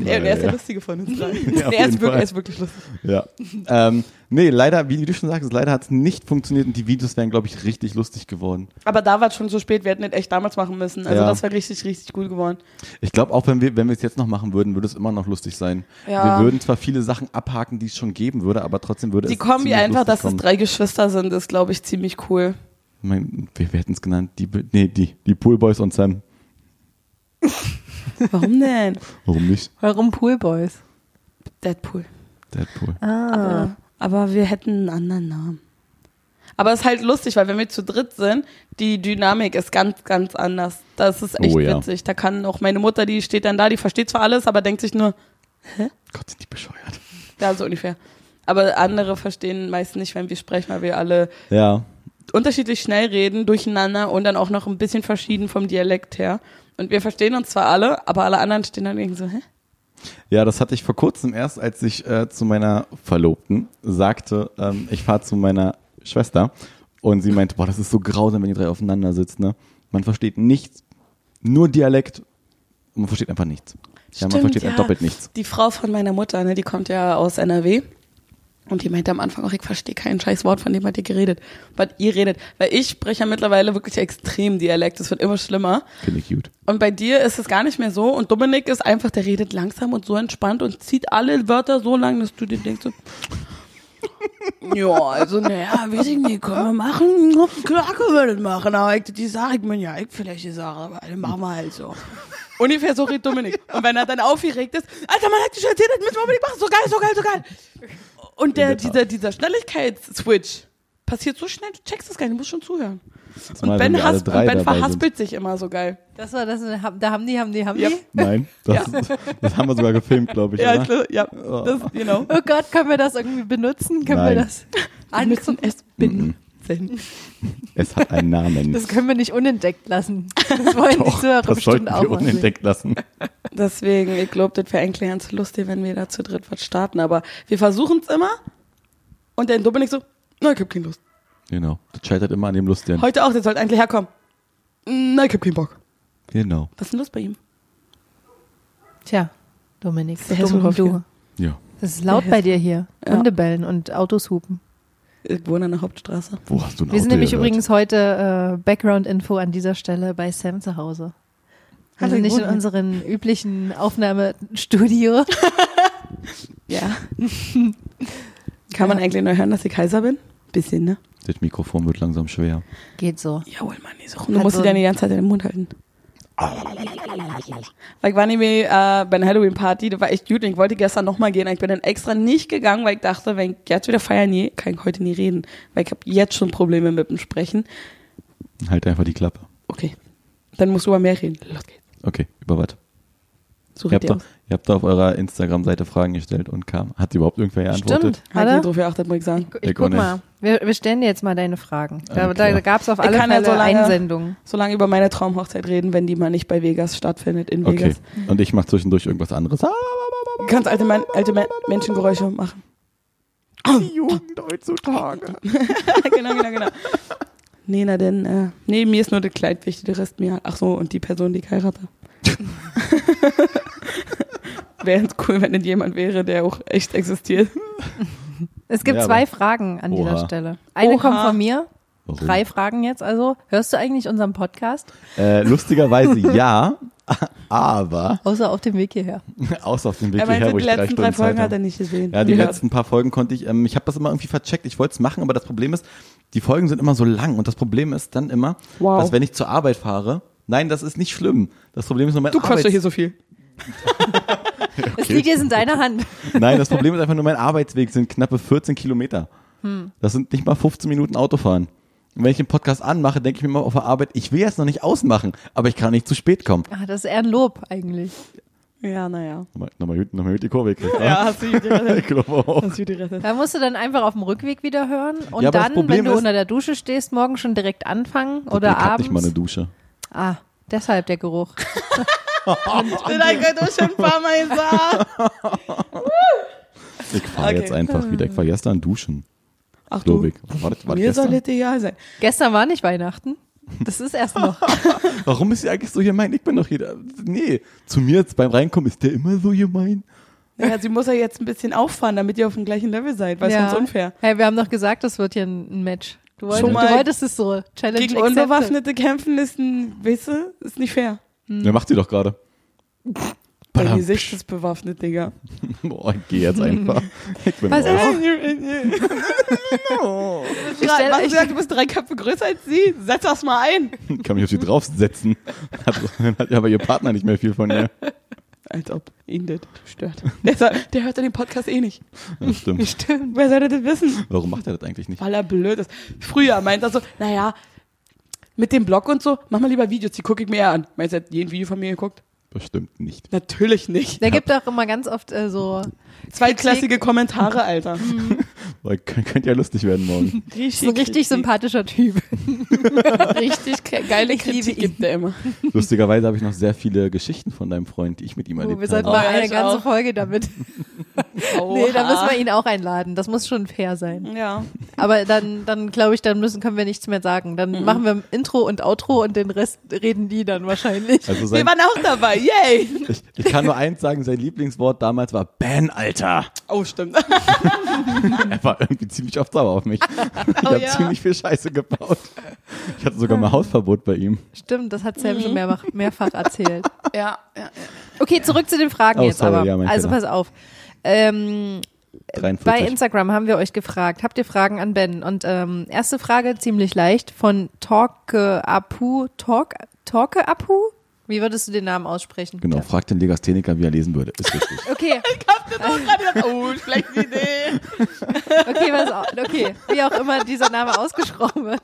S4: er ist der
S3: ja.
S4: Lustige von uns drei.
S3: auf
S4: er,
S3: jeden
S4: ist wirklich,
S3: Fall.
S4: er ist wirklich lustig.
S3: Ja. ähm, nee, leider, wie du schon sagst, leider hat es nicht funktioniert und die Videos wären, glaube ich, richtig lustig geworden.
S4: Aber da war es schon so spät, wir hätten das echt damals machen müssen. Also
S3: Ja.
S4: das wäre richtig, richtig gut geworden.
S3: Ich glaube, auch wenn wir wenn wir es jetzt noch machen würden, würde es immer noch lustig sein.
S4: Ja.
S3: Wir würden zwar viele Sachen abhaken, die es schon geben würde, aber trotzdem würde
S4: Die
S3: es
S4: Kombi
S3: ziemlich
S4: einfach,
S3: lustig
S4: dass es
S3: kommen.
S4: drei Geschwister sind, ist, glaube ich, ziemlich cool.
S3: Ich mein, wir wir hätten es genannt, die, Be- nee, die, die Poolboys und Sam.
S4: Warum denn?
S3: Warum nicht?
S5: Warum Poolboys?
S4: Deadpool.
S3: Deadpool.
S5: Ah.
S4: Aber wir hätten einen anderen Namen. Aber es ist halt lustig, weil wenn wir zu dritt sind, die Dynamik ist ganz, ganz anders. Das ist echt
S3: Oh ja.
S4: witzig. Da kann auch meine Mutter, die steht dann da, die versteht zwar alles, aber denkt sich nur,
S3: Gott, sind die bescheuert.
S4: ja, so ungefähr. Aber andere verstehen meist nicht, wenn wir sprechen, weil wir alle
S3: Ja,
S4: unterschiedlich schnell reden, durcheinander und dann auch noch ein bisschen verschieden vom Dialekt her. Und wir verstehen uns zwar alle, aber alle anderen stehen dann irgendwie so, hä?
S3: Ja, das hatte ich vor kurzem erst, als ich äh, zu meiner Verlobten sagte, ähm, ich fahre zu meiner Schwester. Und sie meinte, boah, das ist so grausam, wenn die drei aufeinander sitzen. Ne? Man versteht nichts, nur Dialekt. Und man versteht einfach nichts. ja, man
S4: Stimmt,
S3: versteht halt
S4: ja.
S3: doppelt nichts.
S4: Die Frau von meiner Mutter, ne, die kommt ja aus NRW. Und die meinte am Anfang auch, ich verstehe kein scheiß Wort, von dem hat ihr geredet. Was ihr redet. Weil ich spreche ja mittlerweile wirklich extrem Dialekt. Es wird immer schlimmer.
S3: Finde ich gut.
S4: Und bei dir ist es gar nicht mehr so. Und Dominik ist einfach, der redet langsam und so entspannt und zieht alle Wörter so lang, dass du dir denkst, so, ja, also naja, weiß ich nicht, können wir machen. Klar können wir das machen, aber ich, die sage ich mir ja, ich vielleicht die Sache, aber dann machen wir halt so. Ungefähr so redet Dominik. Und wenn er dann aufgeregt ist, Alter, man hat dich schon erzählt, das müssen wir unbedingt machen, so geil, so geil, so geil. Und der, dieser, dieser Schnelligkeits-Switch passiert so schnell, du checkst es gar nicht, du musst schon zuhören.
S3: Zumal,
S4: Und
S3: wenn
S4: Ben,
S3: wir alle
S4: hasp-
S3: drei
S4: und ben
S3: dabei sind.
S4: verhaspelt sich immer so geil.
S5: Das war das, da haben die, haben die, haben die.
S4: Ja.
S3: Nein, das, das haben wir sogar gefilmt, glaube ich.
S4: Ja,
S3: oder?
S4: ich glaub, ja.
S3: Oh.
S4: Das, genau.
S5: Oh Gott, können wir das irgendwie benutzen? Können
S3: Nein.
S5: wir das angucken?
S4: es
S3: Mhm. Es hat einen Namen.
S5: Das können wir nicht unentdeckt lassen. Das wollen die
S3: Doch,
S5: Zuhörer
S3: das sollten
S5: bestimmt auch
S3: wir
S5: mal sehen.
S3: unentdeckt lassen.
S4: Deswegen, ich glaube, das wäre eigentlich ganz lustig, wenn wir da zu dritt was starten. Aber wir versuchen es immer. Und dann Dominik so, na, ich hab keine Lust.
S3: Genau. Das scheitert immer an dem Lustigen.
S4: Heute auch, der sollte eigentlich herkommen. Na, ich hab keinen Bock.
S3: Genau.
S4: Was ist denn los bei ihm?
S5: Tja, Dominik,
S4: Der
S5: dumm
S4: Hesselhoff
S5: du.
S4: hier.
S3: Ja.
S5: Es ist laut bei dir hier.
S4: Ja.
S5: Hunde bellen und Autos hupen.
S4: Ich wohne an der Hauptstraße.
S3: Wo hast du ein
S5: Wir sind
S3: Auto
S5: nämlich
S3: gehört?
S5: übrigens heute äh, Background-Info an dieser Stelle bei Sam zu Hause. Wir
S4: Hallo,
S5: sind nicht in
S4: Wohnheim.
S5: unserem üblichen Aufnahmestudio.
S4: Ja. Kann man eigentlich nur hören, dass ich Kaiser bin? Bisschen, ne?
S3: Das Mikrofon wird langsam schwer.
S5: Geht so.
S4: Jawohl, Mann, die Suche. Du
S5: Hat
S4: musst
S5: halt so
S4: sie dann
S5: ein-
S4: die ganze Zeit in den Mund halten. Weil ich war nämlich äh, bei einer Halloween-Party, da war echt gut und ich wollte gestern nochmal gehen. Ich bin dann extra nicht gegangen, weil ich dachte, wenn ich jetzt wieder feiern gehe, kann ich heute nie reden. Weil ich habe jetzt schon Probleme mit dem Sprechen.
S3: Halt einfach die Klappe.
S4: Okay, dann musst du über mehr reden. Los geht's.
S3: Okay, über was?
S4: Such
S3: Ihr habt,
S4: dir
S3: doch,
S4: aus.
S3: ihr habt da auf eurer Instagram-Seite Fragen gestellt und kam. Hat überhaupt irgendwer geantwortet?
S5: Stimmt,
S4: Hat nie
S5: oder?
S4: drauf geachtet, muss ich sagen.
S5: Ich
S3: Ich auch
S5: guck
S3: nicht.
S5: mal. Wir, wir stellen dir jetzt mal deine Fragen. Da,
S3: Okay.
S5: da gab es auf
S4: Ich
S5: alle
S4: kann ja
S5: Fälle
S4: so lange-
S5: Einsendungen.
S4: Solange über meine Traumhochzeit reden, wenn die mal nicht bei Vegas stattfindet, in
S3: Okay.
S4: Vegas.
S3: Und ich mache zwischendurch irgendwas anderes. Ah,
S4: Du kannst alte, Man alte Men- Menschengeräusche machen.
S3: Ah, die Jugend heutzutage.
S4: genau, genau, genau. Nee, na denn, äh, nee, mir ist nur das Kleid wichtig, der Rest mir. Ach so, und die Person, die ich heirate. wäre es cool, wenn das jemand wäre, der auch echt existiert.
S5: Es gibt
S3: Ja, aber-
S5: zwei Fragen an
S3: Oha. Hm.
S5: dieser Stelle. Eine
S4: Oha.
S5: kommt von mir.
S3: Warum?
S5: Drei Fragen jetzt also. Hörst du eigentlich unseren Podcast?
S3: Äh, lustigerweise ja, aber
S5: Außer auf dem Weg hierher.
S3: außer auf dem Weg
S4: Er
S3: hierher,
S4: meinte,
S3: wo
S4: die
S3: ich drei
S4: letzten
S3: Stunden
S4: drei
S3: Zeit
S4: Folgen hat
S3: habe.
S4: er nicht gesehen.
S3: Ja, die letzten paar Folgen konnte ich, ähm, ich habe das immer irgendwie vercheckt. Ich wollte es machen, aber das Problem ist, die Folgen sind immer so lang und das Problem ist dann immer,
S4: Wow.
S3: dass wenn ich zur Arbeit fahre, nein, das ist nicht schlimm. Das Problem ist nur mein
S4: Du kostet
S3: Arbeits-
S4: hier so viel.
S5: Es liegt jetzt in deiner Hand.
S3: Nein, das Problem ist einfach nur, mein Arbeitsweg sind knappe 14 Kilometer.
S4: Hm.
S3: Das sind nicht mal 15 Minuten Autofahren. Und wenn ich den Podcast anmache, denke ich mir mal auf der Arbeit, ich will jetzt noch nicht ausmachen, aber ich kann nicht zu spät kommen.
S5: Ah, das ist eher ein Lob eigentlich.
S4: Ja, naja.
S3: Nochmal, nochmal, hüt- nochmal hüt die Kurve gekriegt. wa?
S4: Ja, hast du die gerettet.
S3: Ich glaube auch.
S4: Hast du die gerettet.
S5: Da musst du dann einfach auf dem Rückweg wieder hören und
S3: Ja, aber das
S5: dann,
S3: Problem
S5: wenn du
S3: ist-
S5: unter der Dusche stehst, morgen schon direkt anfangen oder
S3: ich hab
S5: abends.
S3: nicht mal eine Dusche.
S5: ah, deshalb der Geruch.
S4: Das hat er schon ein paar Mal gesagt.
S3: Ich fahre
S4: Okay.
S3: jetzt einfach wieder. Ich war gestern duschen,
S4: Ach du,
S3: glaube ich. War das, war das
S4: mir soll
S3: gestern?
S4: das egal sein.
S5: Gestern war nicht Weihnachten. Das ist erst noch.
S3: Warum ist sie eigentlich so gemein? Ich bin doch jeder. Nee, zu mir jetzt beim Reinkommen ist der immer so gemein.
S4: Ja, sie muss ja jetzt ein bisschen auffahren, damit ihr auf dem gleichen Level seid, weil
S5: Ja.
S4: sonst unfair.
S5: Hey, wir haben doch gesagt, das wird hier ein ein Match. Du wolltest,
S4: Schon
S5: du
S4: mal
S5: wolltest es so. Challenge
S4: Gegen
S5: accepted.
S4: unbewaffnete kämpfen ist ein, weißt du, ist nicht fair.
S3: Der macht sie doch gerade.
S4: Dein
S3: Badam.
S4: Gesicht ist bewaffnet, Digga.
S3: Boah, ich geh jetzt einfach.
S4: Hm.
S3: Ich bin
S5: Was
S3: raus.
S4: Ich
S5: stell-
S4: Oh. stell,
S5: ich-
S4: gesagt, du bist drei Köpfe größer als sie. Setz das mal ein.
S3: Ich kann mich auf sie draufsetzen. Hat, hat ja aber ihr Partner nicht mehr viel von ihr.
S4: Als ob ihn das stört. Der, soll, der hört ja den Podcast eh nicht.
S3: Ja, stimmt.
S5: Stimmt.
S4: Wer sollte das wissen?
S3: Warum macht er das eigentlich nicht?
S4: Weil er blöd ist. Früher meint er so, naja, mit dem Blog und so, mach mal lieber Videos, die gucke ich mir eher an. Meinst du, er hat jeden Video von mir geguckt?
S3: Bestimmt nicht.
S4: Natürlich nicht.
S5: Der gibt auch immer ganz oft äh, so.
S4: Zweitklassige Kommentare, Alter.
S3: Weil könnt- könnte ja lustig werden morgen.
S5: Ist ein richtig sympathischer Typ.
S6: Richtig ke- geile Kritik.
S4: gibt er immer.
S3: Lustigerweise habe ich noch sehr viele Geschichten von deinem Freund, die ich mit ihm
S5: Oh,
S3: erlebt
S5: wir sollten
S3: habe.
S5: mal
S4: Oh,
S5: eine
S4: ich
S5: ganze
S4: auch.
S5: Folge damit. nee, da müssen wir ihn auch einladen. Das muss schon fair sein.
S4: Ja.
S5: Aber dann, dann glaube ich, dann müssen, können wir nichts mehr sagen. Dann machen wir Intro und Outro und den Rest reden die dann wahrscheinlich.
S3: Also
S4: Wir
S3: sein,
S4: waren auch dabei, yay!
S3: ich, ich kann nur eins sagen, sein Lieblingswort damals war Ben, Alter.
S4: Oh, stimmt.
S3: Er war irgendwie ziemlich oft sauer auf mich. Ich habe
S4: Oh, ja.
S3: ziemlich viel Scheiße gebaut. Ich hatte sogar mal Hausverbot bei ihm.
S5: Stimmt, das hat Sam schon mehrfach, mehrfach erzählt.
S6: Ja, ja.
S5: Mhm. Okay, zurück zu den Fragen
S3: Oh,
S5: jetzt
S3: sorry,
S5: aber.
S3: ja, mein
S5: also
S3: Fehler.
S5: pass auf. Ähm, bei
S3: 43.
S5: Instagram haben wir euch gefragt, habt ihr Fragen an Ben? Und ähm, erste Frage, ziemlich leicht, von Torke Apu. Talk, Torke Apu? Wie würdest du den Namen aussprechen?
S3: Genau, fragt den Legastheniker, wie er lesen würde. Ist richtig.
S5: Okay,
S4: Oh, schlechte Idee.
S5: okay, pass auf. Okay, wie auch immer dieser Name ausgesprochen wird.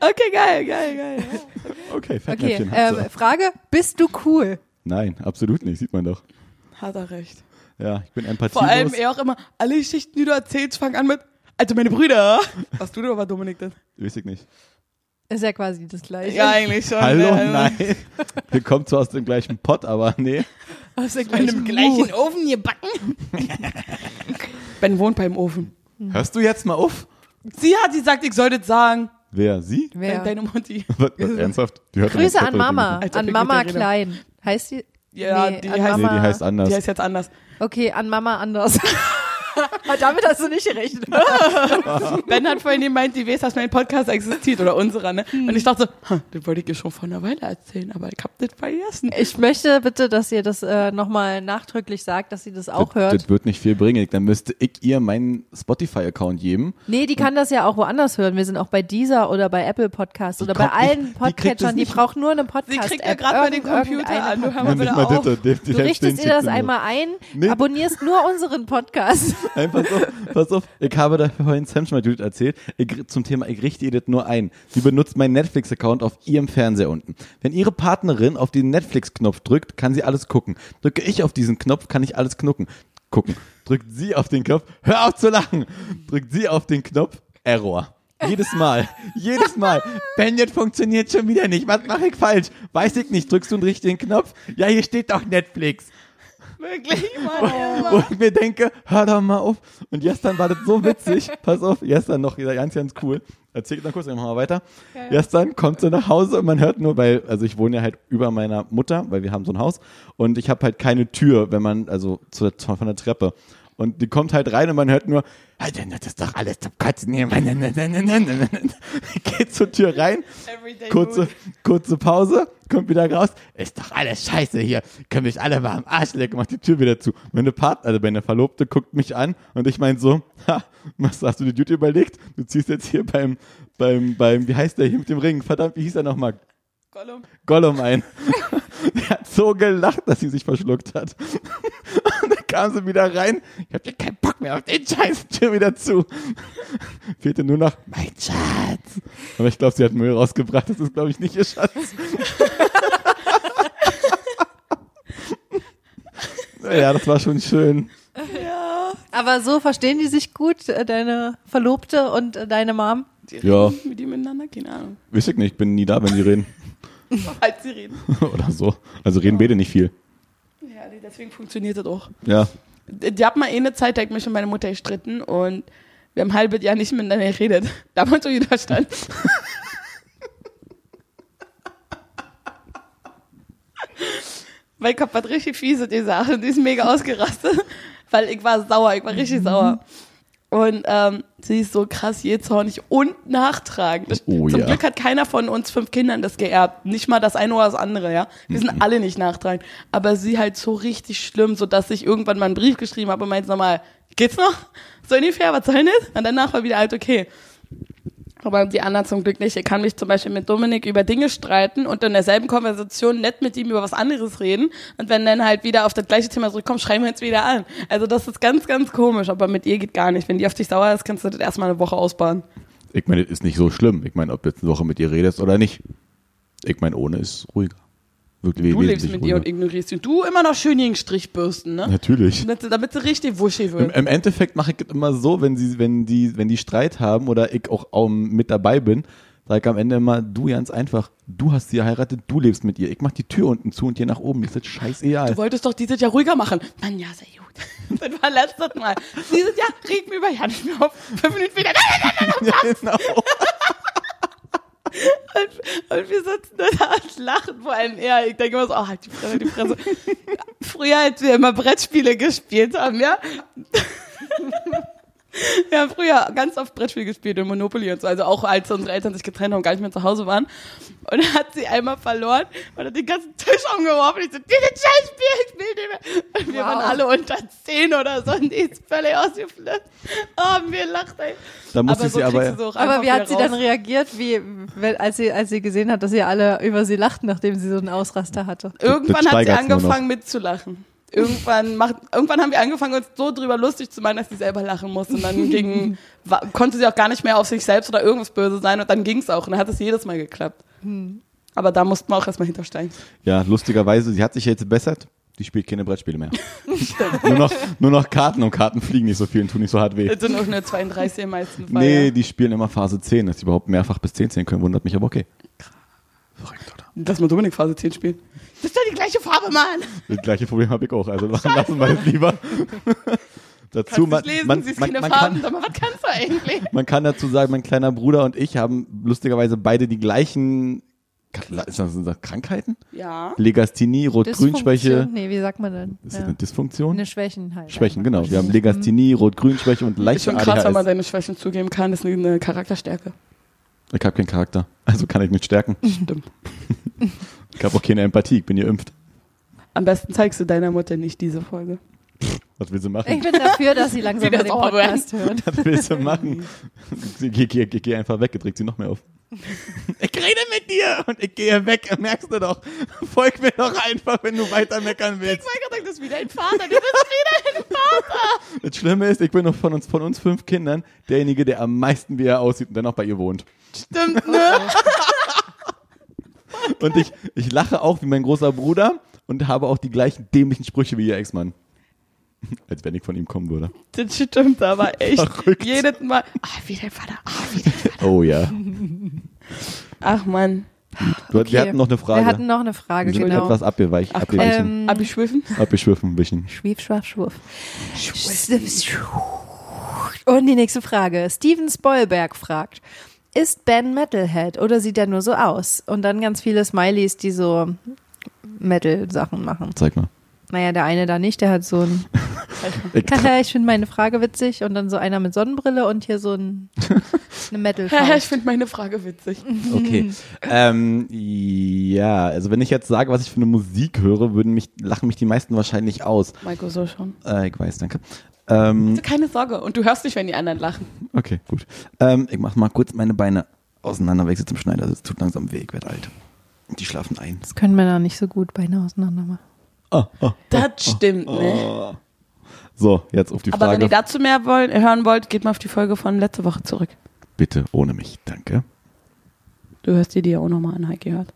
S4: Okay, geil, geil, geil.
S3: Okay,
S5: Okay,
S3: Fettnäpfchen. hat's.
S5: ähm, Frage, bist du cool?
S3: Nein, absolut nicht, sieht man doch.
S4: Hat er recht.
S3: Ja, ich bin empathielos.
S4: Vor allem er auch immer, alle Geschichten, die du erzählst, fangen an mit, also meine Brüder. Was du denn aber, Dominik, denn?
S3: Weiß ich nicht.
S5: Ist ja quasi das gleiche.
S4: Ja, eigentlich schon.
S3: Hallo,
S4: ne?
S3: nein. Wir kommen zwar aus dem gleichen Pott, aber nee.
S5: Aus der
S4: In
S5: gleichen
S4: dem gleichen Ofen gebacken. ben wohnt beim Ofen.
S5: Hm.
S3: Hörst du jetzt mal auf?
S4: Sie hat gesagt, ich sollte sagen.
S3: Wer? Sie?
S5: Wer?
S4: Deine Mutti.
S3: Was, was, ernsthaft? Die hört doch
S5: Grüße
S3: nicht
S5: an
S3: Pott,
S5: Mama,
S4: Als ob
S5: an
S4: ich
S5: Mama
S4: mit dir rede.
S5: Klein. Heißt die?
S4: Ja,
S5: Nee,
S4: die,
S5: an
S4: heißt,
S3: oder wie? Nee, die heißt anders.
S4: die heißt jetzt anders.
S5: Okay, an Mama anders. Damit hast du nicht gerechnet.
S4: Ben hat vorhin gemeint, die weiß, dass mein Podcast existiert oder unserer, ne? Und ich dachte so, "Hm, das wollte ich dir schon vor einer Weile erzählen, aber ich hab das vergessen.
S5: Ich möchte bitte, dass ihr das äh, nochmal nachdrücklich sagt, dass sie das auch
S3: das,
S5: hört.
S3: Das wird nicht viel bringen. Dann müsste ich ihr meinen Spotify-Account geben.
S5: Nee, die kann das ja auch woanders hören. Wir sind auch bei dieser oder bei Apple Podcasts oder bei
S3: kommt nicht-
S5: allen
S3: die kriegt das
S5: Podcatchern. Die,
S3: nicht-
S5: braucht nur eine
S4: Sie
S5: Podcast-App.
S4: kriegt ja gerade mal den
S5: Irgend-
S4: Computer
S5: irgendeine
S4: an, du hör
S5: Podcast-
S4: mal bitte auf.
S3: das,
S5: Du richtest ihr das einmal ein,
S3: Nee.
S5: abonnierst nur unseren Podcast.
S3: Einfach so, pass auf, ich habe da vorhin Sam schon mal Judith erzählt, ich, zum Thema, ich richte ihr das nur ein. Sie benutzt meinen Netflix-Account auf ihrem Fernseher unten. Wenn ihre Partnerin auf den Netflix-Knopf drückt, kann sie alles gucken. Drücke ich auf diesen Knopf, kann ich alles knucken. Gucken. Drückt sie auf den Knopf, hör auf zu lachen. Drückt sie auf den Knopf, Error. Jedes Mal, jedes Mal. Ben, das funktioniert schon wieder nicht. Was mache ich falsch? Weiß ich nicht. Drückst du den richtigen Knopf? Ja, hier steht doch Netflix
S4: Wirklich, Mann.
S3: wo ich mir denke, hör doch mal auf. Und gestern war das so witzig. Pass auf, gestern noch wieder ganz, ganz cool. Erzähl ich dann kurz, dann machen wir weiter. Gestern kommt sie nach Hause und man hört nur, weil, also ich wohne ja halt über meiner Mutter, weil wir haben so ein Haus. Und ich habe halt keine Tür, wenn man, also zu der, von der Treppe. Und die kommt halt rein und man hört nur, "Hey, denn das ist doch alles zum Kotzen. hier." Geht zur Tür rein,
S4: Everyday
S3: kurze, kurze Pause, kommt wieder raus. Ist doch alles scheiße hier. Können mich alle mal am Arsch lecken, macht die Tür wieder zu. Meine Part, also meine Verlobte guckt mich an und ich mein so, ha, was hast du dir Duty überlegt? Du ziehst jetzt hier beim, beim, beim, wie heißt der hier mit dem Ring? Verdammt, wie hieß er nochmal?
S4: Gollum.
S3: Gollum ein. Der hat so gelacht, dass sie sich verschluckt hat. Und dann kam sie wieder rein. Ich hab ja keinen Bock mehr auf den Scheiß. Tür wieder zu. Fehlte nur noch mein Schatz. Aber ich glaube, sie hat Müll rausgebracht. Das ist, glaube ich, nicht ihr Schatz. ja, das war schon schön.
S5: Aber so verstehen die sich gut, äh, deine Verlobte und äh, deine Mom.
S3: Ja,
S4: Wie die miteinander, keine Ahnung.
S3: weiß ich nicht. Ich bin nie da, wenn die reden.
S4: Als sie reden.
S3: Oder so. Also reden beide nicht viel.
S4: Ja, nee, deswegen funktioniert das auch.
S3: Ja.
S4: Ich hab mal eh eine Zeit, da hab ich mich mit meiner Mutter gestritten und wir haben ein halbes Jahr nicht miteinander geredet. Da haben wir uns so widerstanden. Mein Kopf hat richtig fiese die Sache. Die ist mega ausgerastet, weil ich war sauer, ich war
S3: Mhm.
S4: richtig sauer. Und ähm, sie ist so krass jezornig und nachtragend.
S3: Oh
S4: Zum
S3: ja.
S4: Glück hat keiner von uns fünf Kindern das geerbt. Nicht mal das eine oder das andere, ja. Wir
S3: Mhm.
S4: sind alle nicht nachtragend. Aber sie halt so richtig schlimm, sodass ich irgendwann mal einen Brief geschrieben habe und meinte nochmal, geht's noch? So ungefähr, was soll das? Und danach war wieder alt okay. Aber die anderen zum Glück nicht. Ich kann mich zum Beispiel mit Dominik über Dinge streiten und in derselben Konversation nett mit ihm über was anderes reden. Und wenn dann halt wieder auf das gleiche Thema zurückkommt, schreiben wir jetzt wieder an. Also das ist ganz, ganz komisch. Aber mit ihr geht gar nicht. Wenn die auf dich sauer ist, kannst du das erstmal eine Woche ausbauen.
S3: Ich meine, das ist nicht so schlimm. Ich meine, ob du jetzt eine Woche mit ihr redest oder nicht. Ich meine, ohne ist ruhiger. Wirklich
S4: Du lebst
S3: wesentlich
S4: mit ihr
S3: ruhiger.
S4: und ignorierst ihn. Du immer noch schön gegen Strichbürsten, ne?
S3: Natürlich.
S4: Damit sie, damit sie richtig
S3: Im,
S4: wuschig wird.
S3: Im Endeffekt mache ich das immer so, wenn sie, wenn die, wenn die Streit haben oder ich auch ähm, mit dabei bin, sage ich am Ende immer, du ganz einfach, du hast sie geheiratet, du lebst mit ihr. Ich mache die Tür unten zu und hier nach oben. Mir ist das scheißegal.
S4: Du wolltest doch dieses Jahr ruhiger machen. Mann, ja, sehr gut. Das war letztes Mal. Dieses Jahr regt mich über ja nicht mehr auf. Fünf Minuten wieder.
S3: genau.
S4: Und wir sitzen da und lachen vor allem eher. Ich denke immer so, oh, halt die Fresse, die Fresse. Früher, als wir immer Brettspiele gespielt haben, ja. Wir haben früher ganz oft Brettspiele gespielt und Monopoly und so. Also auch als unsere Eltern sich getrennt haben und gar nicht mehr zu Hause waren. Und dann hat sie einmal verloren und hat den ganzen Tisch umgeworfen. Ich so, dieses Scheißspiel, ich will nicht mehr. Und wir waren alle unter 10 oder so und die ist völlig ausgeflippt. Oh, mir lacht, ey.
S3: Da muss ich
S4: so
S3: sie aber.
S4: kriegst du sie auch
S5: Aber
S4: einfach
S5: wie
S4: wieder
S5: hat sie dann
S4: raus.
S5: reagiert, wie, wenn, als, sie, als sie gesehen hat, dass ihr alle über sie lachten, nachdem sie so einen Ausraster hatte?
S4: Irgendwann
S3: Das
S4: hat sie
S3: steigert's nur noch.
S4: angefangen mitzulachen. Irgendwann, macht, irgendwann haben wir angefangen, uns so drüber lustig zu machen, dass sie selber lachen muss. Und dann ging, war, konnte sie auch gar nicht mehr auf sich selbst oder irgendwas böse sein. Und dann ging's auch. Und dann hat es jedes Mal geklappt.
S3: Hm.
S4: Aber da mussten wir auch erstmal hintersteigen.
S3: Ja, lustigerweise, sie hat sich jetzt gebessert. Die spielt keine Brettspiele mehr. nur, noch, nur noch Karten und Karten fliegen nicht so viel und tun nicht so hart weh.
S4: Das sind auch nur 32 im meisten Fall.
S3: Nee,
S4: ja.
S3: die spielen immer Phase 10. Dass sie überhaupt mehrfach bis 10 zählen können, wundert mich aber okay. Verrückt, oder?
S4: Lass mal Dominik Phase 10 spielen. Das ist doch die gleiche Farbe, Mann.
S3: Das gleiche Problem habe ich auch. Also lassen, lassen wir es lieber. dazu,
S4: Kannst
S3: man,
S4: nicht lesen,
S3: man,
S4: siehst
S3: man,
S4: keine
S3: man,
S4: Farben.
S3: kann,
S4: Sag mal, was kannst du eigentlich?
S3: man kann dazu sagen, mein kleiner Bruder und ich haben lustigerweise beide die gleichen ist das, sind das Krankheiten?
S4: Ja.
S3: Legasthenie, Rot-Grün-Schwäche.
S5: Nee, wie sagt man denn?
S3: Ist das
S5: Ja.
S3: eine Dysfunktion?
S5: Eine Schwächen halt.
S3: Schwächen,
S5: einfach.
S3: genau. Wir haben Legasthenie, Rot-Grün-Schwäche und
S4: Ist
S3: leichte
S4: schon krass, wenn man
S3: ADHS.
S4: seine Schwächen zugeben kann. Das ist eine Charakterstärke.
S3: Ich habe keinen Charakter, also kann ich nicht stärken.
S4: Stimmt.
S3: Ich habe auch keine Empathie, ich bin geimpft.
S4: Am besten zeigst du deiner Mutter nicht diese Folge.
S3: Was will sie
S5: Ich
S3: machen?
S5: bin dafür, dass sie langsam
S4: Wieder
S5: mal den
S4: sauer
S5: Podcast hört.
S3: Was will sie machen? Sie- Geh, geh, geh, geh einfach weg, drückt sie noch mehr auf. Ich rede mit dir und ich gehe weg, merkst du doch. Folg mir doch einfach, wenn du weiter meckern willst.
S4: Ich mein Gott, das ist wieder ein Vater. Du bist wieder ein
S3: Das Schlimme ist, ich bin noch von uns, von uns fünf Kindern derjenige, der am meisten wie er aussieht und dennoch bei ihr wohnt.
S4: Stimmt, ne?
S3: Und ich, ich lache auch wie mein großer Bruder und habe auch die gleichen dämlichen Sprüche wie ihr Ex-Mann. Als wenn ich von ihm kommen würde.
S4: Das stimmt aber echt.
S3: Verrückt.
S4: Jedes Mal. Ah, wie dein Vater. Ah, wie dein Vater.
S3: Oh ja.
S4: Ach, Mann.
S3: Du, Wir
S5: Okay.
S3: hatten noch eine Frage.
S5: Wir hatten noch eine Frage,
S3: Wir sind
S5: genau.
S3: etwas abgeweicht,
S4: Ach,
S3: abgewichen,
S4: Mhm.
S5: Ähm,
S4: Abischwülfen?
S3: abgeschwiffen, wischen.
S5: Schwief, schwaff, schwurf. Und die nächste Frage. Steven Spoilberg fragt, ist Ben Metalhead oder sieht er nur so aus? Und dann ganz viele Smileys, die so Metal-Sachen machen.
S3: Zeig mal.
S5: Naja, der eine da nicht, der hat so ein,
S3: Ich,
S5: haha, ich finde meine Frage witzig und dann so einer mit Sonnenbrille und hier so ein, eine metal
S4: Ja, ich finde meine Frage witzig. Mhm.
S3: okay. ähm, ja, also wenn ich jetzt sage, was ich für eine Musik höre, würden mich, lachen mich die meisten wahrscheinlich aus.
S4: Maiko, so schon.
S3: Äh, ich weiß, danke. Ähm,
S4: Also keine Sorge. Und du hörst nicht, wenn die anderen lachen.
S3: okay, gut. Ähm, ich mach mal kurz meine Beine auseinander, weil ich sitze im Schneider, es tut langsam weh, ich werd alt. Und die schlafen ein.
S5: Das können Männer nicht so gut Beine auseinander machen.
S4: Das stimmt, ne?
S3: Ah, So, jetzt auf Oh, die
S4: Aber wenn ihr
S3: Frage.
S4: dazu mehr wollt, hören wollt, geht mal auf die Folge von letzte Woche zurück.
S3: Bitte ohne mich, danke.
S4: Du hörst dir die ja auch nochmal an, Heike gehört.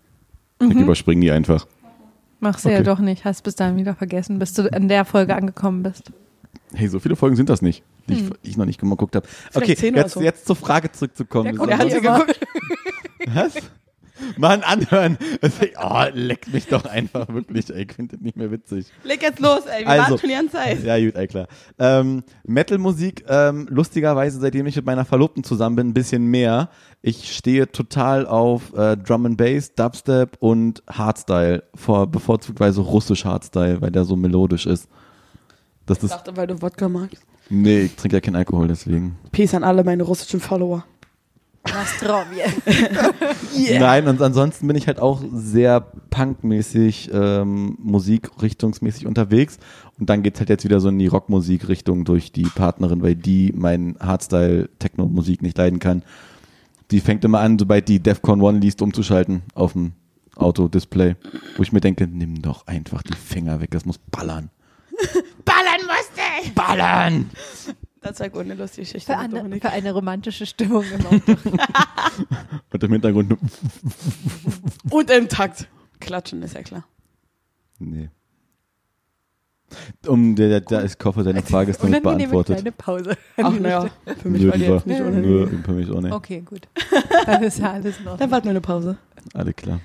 S4: Mhm.
S3: Ich überspringe die einfach.
S5: Machst du ja
S3: Okay.
S5: doch nicht, hast bis dahin wieder vergessen, bis du an der Folge angekommen bist.
S3: Hey, so viele Folgen sind das nicht, die ich, die ich noch nicht mal geguckt habe. Okay,
S4: Hm. zehn oder
S3: jetzt,
S4: so.
S3: jetzt zur Frage zurückzukommen.
S5: guckt
S3: Wir sind-
S5: hier
S4: geguckt.
S3: Was? Mann, anhören. Oh, leck mich doch einfach wirklich, ey. Ich finde das nicht mehr witzig.
S4: Leg jetzt los, ey. Wir
S3: Also.
S4: warten schon die ganze Zeit.
S3: Ja, gut, ey, klar. Ähm, Metal-Musik, ähm, lustigerweise, seitdem ich mit meiner Verlobten zusammen bin, ein bisschen mehr. Ich stehe total auf äh, Drum and Bass, Dubstep und Hardstyle. Vor, bevorzugtweise russisch Hardstyle, weil der so melodisch ist. Das
S4: Ich
S3: ist.
S4: dachte, weil du Wodka magst.
S3: Nee, ich trinke ja keinen Alkohol, deswegen.
S4: Peace an alle meine russischen Follower.
S5: Nostrovje.
S3: Nein, und ansonsten bin ich halt auch sehr punkmäßig, ähm, musikrichtungsmäßig unterwegs. Und dann geht's halt jetzt wieder so in die Rockmusikrichtung durch die Partnerin, weil die meinen Hardstyle-Techno-Musik nicht leiden kann. Die fängt immer an, sobald die Defcon One liest, umzuschalten auf dem Autodisplay. Wo ich mir denke, nimm doch einfach die Finger weg, das muss ballern.
S6: Ballern musste!
S3: Ballern!
S4: Das zeigt ohne lustige Geschichte.
S5: Für
S4: mit
S5: eine,
S4: Dominik.
S5: für eine romantische Stimmung im Auto.
S3: Und im Hintergrund, nur-
S4: Und im Takt. Klatschen ist ja klar.
S3: nee. Um, der, der, der, ich hoffe, deine Frage ist damit
S5: Unangenehme
S3: beantwortet.
S5: kleine Pause.
S4: Ach naja, für mich war die
S3: lieber.
S4: jetzt nicht ohne.
S3: Nö, für mich auch nicht.
S5: Okay, gut. Dann ist ja alles noch.
S4: Dann warten wir eine Pause.
S3: Alle klar.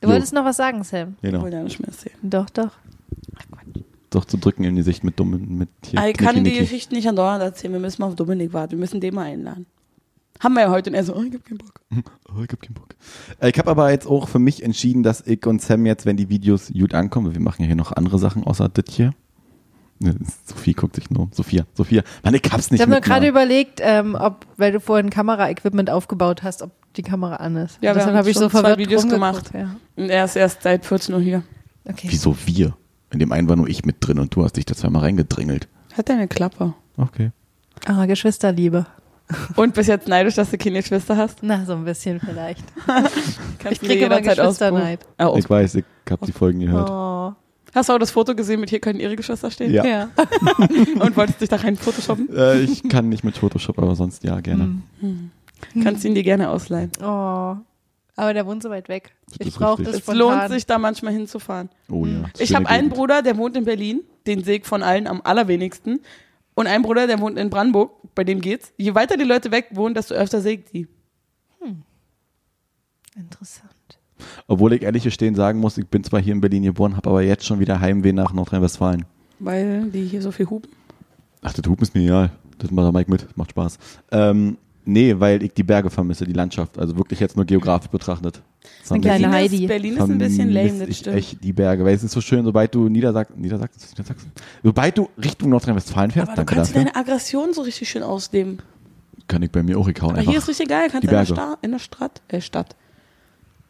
S5: Du wolltest noch was sagen, Sam?
S4: Ich
S3: Genau.
S4: wollte ja nicht mehr sehen.
S5: Doch, doch.
S3: Doch zu drücken in die Sicht mit dummen, mit hier.
S4: ich kann
S3: Knicki,
S4: die
S3: Knicki.
S4: Geschichte nicht an Donald erzählen. Wir müssen mal auf Dominik warten. Wir müssen den mal einladen. Haben wir ja heute. Und er so, oh, ich hab keinen Bock.
S3: Oh, ich hab keinen Bock. Äh, Ich habe aber jetzt auch für mich entschieden, dass ich und Sam jetzt, wenn die Videos gut ankommen, weil wir machen ja hier noch andere Sachen außer das hier. Ne, Sophie guckt sich nur um. Sophia, Sophia. Mann, ich hab's nicht
S5: Ich habe mir
S3: mitgenommen.
S5: gerade überlegt, ähm, ob, weil du vorhin Kameraequipment aufgebaut hast, ob die Kamera an ist.
S4: Ja, wir
S5: deshalb
S4: haben
S5: habe ich
S4: schon
S5: so
S4: zwei
S5: verwirrt
S4: Videos
S5: rumgeguckt,
S4: gemacht.
S5: Ja.
S4: Und er ist erst seit 14 Uhr hier.
S5: Okay.
S3: Wieso wir? In dem einen war nur ich mit drin und du hast dich da zweimal reingedrängelt.
S4: Hat er eine Klappe.
S3: Okay.
S5: Ah, Geschwisterliebe.
S4: Und bist jetzt neidisch, dass du keine Geschwister hast?
S5: Na, so ein bisschen vielleicht.
S4: Kannst
S5: Ich kriege immer
S4: ausprobieren.
S5: Geschwisterneid.
S4: Äh,
S3: Ich weiß, ich hab die Folgen gehört.
S5: Oh.
S4: Hast du auch das Foto gesehen mit hier können ihre Geschwister stehen?
S3: Ja.
S5: Ja.
S4: Und wolltest dich da rein photoshoppen?
S3: Äh, ich kann nicht mit Photoshop, aber sonst ja, gerne.
S4: Hm. Kannst ihn dir gerne ausleihen.
S5: Oh. Aber der wohnt so weit weg.
S3: Das
S5: ich
S3: ist
S5: brauche
S3: richtig.
S5: das
S4: Es
S5: spontan.
S4: lohnt sich, da manchmal hinzufahren.
S3: Oh ja.
S4: Ich
S3: Schöne
S4: habe einen
S3: Gegend.
S4: Bruder, der wohnt in Berlin, den sehe ich von allen am allerwenigsten. Und einen Bruder, der wohnt in Brandenburg, bei dem geht's. Je weiter die Leute weg wohnen, desto öfter sehe ich die.
S5: Interessant.
S3: Obwohl ich ehrlich gestehen sagen muss, ich bin zwar hier in Berlin geboren, habe aber jetzt schon wieder Heimweh nach Nordrhein-Westfalen.
S4: Weil die hier so viel hupen.
S3: Ach, das Hupen ist mir egal. Das macht der Mike mit. Macht Spaß. Ähm, nee, weil ich die Berge vermisse, die Landschaft. Also wirklich jetzt nur geografisch betrachtet. Das
S5: eine kleine
S4: Berlin
S5: Heidi.
S4: Ist, Berlin ist ein bisschen lame, das
S3: ich
S4: stimmt.
S3: echt die Berge, weil es ist so schön, sobald du Niedersachsen, Niedersachsen, ist das Niedersachsen? sobald du Richtung Nordrhein-Westfalen fährst,
S4: Aber du
S3: danke
S4: kannst
S3: dafür,
S4: deine Aggression so richtig schön ausleben.
S3: kann ich bei mir auch rekauen
S4: Aber hier
S3: einfach.
S4: ist richtig geil, kannst
S3: die
S4: in der,
S3: Berge.
S4: Sta in der Stadt, äh, Stadt.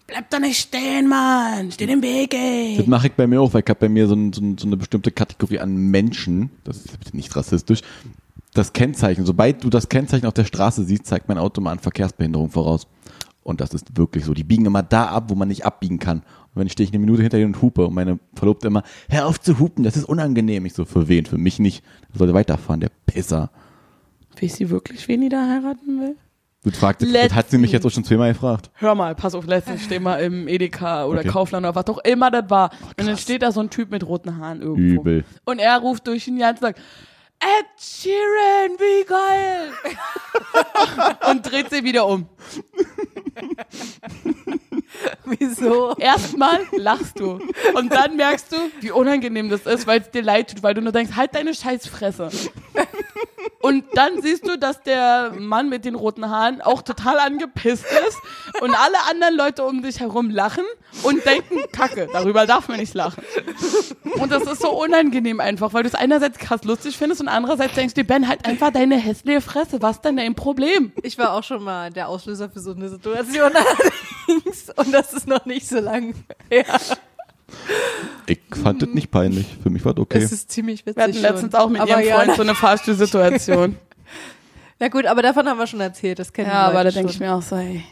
S4: Bleib da nicht stehen, Mann. Steh im Weg,
S3: Das
S4: ey.
S3: mache ich bei mir auch, weil ich habe bei mir so, ein, so, ein, so eine bestimmte Kategorie an Menschen, das ist nicht rassistisch, das Kennzeichen, sobald du das Kennzeichen auf der Straße siehst, zeigt mein Auto mal an Verkehrsbehinderung voraus. Und das ist wirklich so. Die biegen immer da ab, wo man nicht abbiegen kann. Und wenn stehe ich eine Minute hinter dir und hupe und meine Verlobte immer, hör auf zu hupen, das ist unangenehm. Ich so, für wen? Für mich nicht. Der sollte weiterfahren, der Pisser.
S4: Weiß sie wirklich, wen die da heiraten will?
S3: Du fragst, das
S4: Letztens.
S3: hat sie mich jetzt auch schon zweimal gefragt.
S5: Oh.
S4: hör mal, pass auf, letztens stehen wir im Edeka oder
S3: Okay. Oh,
S4: Kaufland oder was auch immer das war. und dann steht da so ein Typ mit roten Haaren irgendwo.
S3: Übel.
S4: Und er ruft durch den ganzen Tag, Ed Sheeran, wie geil! und dreht sie wieder um.
S5: Wieso?
S4: Erstmal lachst du. Und dann merkst du, wie unangenehm das ist, weil es dir leid tut, weil du nur denkst, halt deine Scheißfresse. Und dann siehst du, dass der Mann mit den roten Haaren auch total angepisst ist und alle anderen Leute um dich herum lachen und denken, Kacke, darüber darf man nicht lachen. Und das ist so unangenehm einfach, weil du es einerseits krass lustig findest und andererseits denkst du, dir, Ben, halt einfach deine hässliche Fresse, was ist denn dein Problem?
S5: Ich war auch schon mal der Auslöser für so eine Situation allerdings. Und das ist noch nicht so lang her.
S3: Ich fand das nicht peinlich. Für mich war das okay.
S5: Es ist ziemlich witzig
S4: Wir hatten
S5: schon.
S4: letztens auch mit
S5: aber
S4: ihrem
S5: ja,
S4: Freund so eine Fahrstuhlsituation.
S5: Na gut, aber davon haben wir schon erzählt. Das kennen die Leute schon.
S4: mir auch so, ey.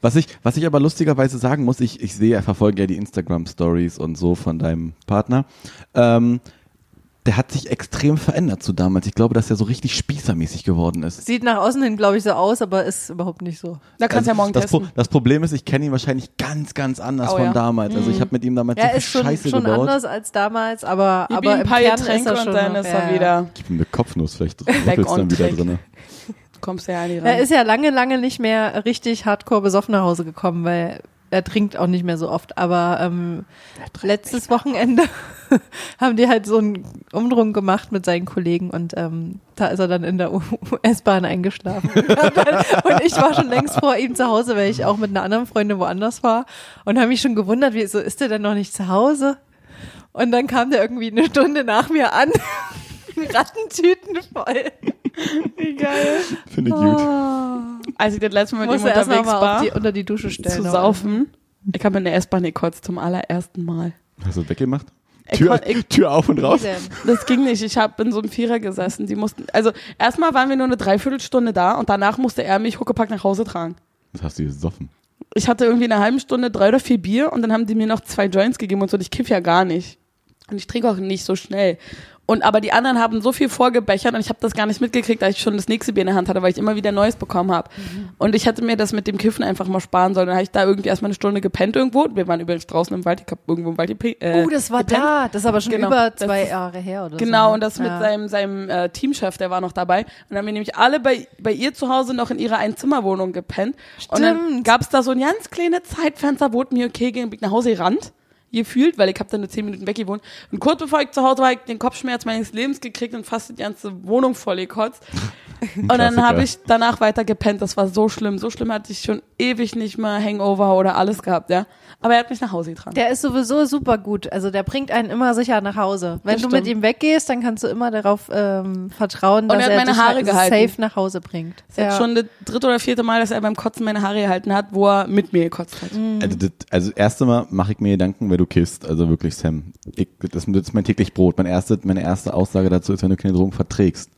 S3: Was ich, was ich aber lustigerweise sagen muss, ich, ich sehe, verfolge ja die Instagram-Stories und so von deinem Partner. Ähm, der hat sich extrem verändert zu damals. Ich glaube, dass er so richtig spießermäßig geworden ist.
S5: Sieht nach außen hin, glaube ich, so aus, aber ist überhaupt nicht so.
S4: Da kannst du ja morgen
S3: Also das,
S4: testen.
S3: Pro das Problem ist, ich kenne ihn wahrscheinlich ganz, ganz anders
S4: Oh,
S3: von
S4: ja.
S3: damals. Also ich habe mit ihm damals
S5: Er
S3: so viel
S5: ist schon,
S3: Scheiße
S5: schon
S3: gebaut.
S5: anders als damals, aber,
S4: Gib
S5: aber
S4: ihm
S5: im
S4: ein paar
S5: Kern ist er
S4: Getränke
S5: schon
S4: und dann
S5: noch-
S4: ist
S5: ja,
S4: er
S5: ja.
S4: wieder.
S3: Gib ihm eine Kopfnuss, vielleicht rüttelst
S4: on
S3: dann wieder
S4: track.
S3: drin.
S4: Kommst du ja an die
S5: Er
S4: ran.
S5: ist ja lange, lange nicht mehr richtig hardcore besoffen nach Hause gekommen, weil er trinkt auch nicht mehr so oft, aber ähm, letztes Wochenende haben die halt so einen Umdrung gemacht mit seinen Kollegen und ähm, da ist er dann in der U- S-Bahn eingeschlafen. und ich war schon längst vor ihm zu Hause, weil ich auch mit einer anderen Freundin woanders war und habe mich schon gewundert, wieso ist der denn noch nicht zu Hause? Und dann kam der irgendwie eine Stunde nach mir an. Rattentüten voll.
S3: Finde ich gut.
S4: Ah. Als ich also das letzte Mal mit ihm
S5: Muss er erstmal
S4: unterwegs
S5: mal auf
S4: war,
S5: die, unter die Genau. Dusche stellen.
S4: zu saufen, ich habe in der S-Bahn gekotzt zum allerersten Mal.
S3: Hast du weggemacht?
S4: Ich
S3: Tür,
S4: kon- ich-
S3: Tür auf und raus.
S4: Das ging nicht. Ich habe in so einem Vierer gesessen. Die mussten, also erstmal waren wir nur eine Dreiviertelstunde da und danach musste er mich huckepack nach Hause tragen.
S3: Das hast du gesoffen.
S4: Ich hatte irgendwie in einer halben Stunde drei oder vier Bier und dann haben die mir noch zwei Joints gegeben und so. Und ich kiff ja gar nicht. Und ich trinke auch nicht so schnell. Und aber die anderen haben so viel vorgebechert und ich habe das gar nicht mitgekriegt, als ich schon das nächste Bier in der Hand hatte, weil ich immer wieder Neues bekommen habe. Und ich hätte mir das mit dem Kiffen einfach mal sparen sollen. Dann habe ich da irgendwie erstmal eine Stunde gepennt irgendwo. Wir waren übrigens draußen im Wald, ich habe irgendwo im Wald gepen- äh,
S5: Oh, das war
S4: gepennt.
S5: da. Das ist aber schon
S4: Genau,
S5: über
S4: das
S5: zwei
S4: ist-
S5: Jahre her oder so. ne?
S4: Genau, und das mit
S5: Ja.
S4: seinem, seinem äh, Teamchef, der war noch dabei. Und dann haben wir nämlich alle bei, bei ihr zu Hause noch in ihrer Einzimmerwohnung gepennt. Und dann
S5: Stimmt.
S4: gab's da so ein ganz kleines Zeitfenster, wo es mir okay ging, bin ich nach Hause gerannt. Gefühlt, weil ich habe dann nur zehn Minuten weggewohnt. Und kurz bevor ich zu Hause war, hab ich den Kopfschmerz meines Lebens gekriegt und fast die ganze Wohnung vollgekotzt. Und dann
S3: Klassiker.
S4: habe ich danach weiter gepennt. Das war so schlimm. So schlimm hatte ich schon ewig nicht mal Hangover oder alles gehabt, ja. Aber er hat mich nach Hause getragen.
S5: Der ist sowieso super gut. Also der bringt einen immer sicher nach Hause. Wenn
S4: Das
S5: du
S4: stimmt.
S5: mit ihm weggehst, dann kannst du immer darauf ähm, vertrauen, dass
S4: er hat
S5: er
S4: meine
S5: dich
S4: Haare
S5: halt
S4: gehalten.
S5: safe nach Hause bringt.
S4: Das ist jetzt schon das dritte oder vierte Mal, dass er beim Kotzen meine Haare gehalten hat, wo er mit mir gekotzt hat.
S3: Also, das, also das erste Mal mache ich mir Gedanken, wenn du kissst. Also wirklich, Sam. Ich, das, das ist mein täglich Brot. Meine erste, meine erste Aussage dazu ist, wenn du keine Drogen verträgst,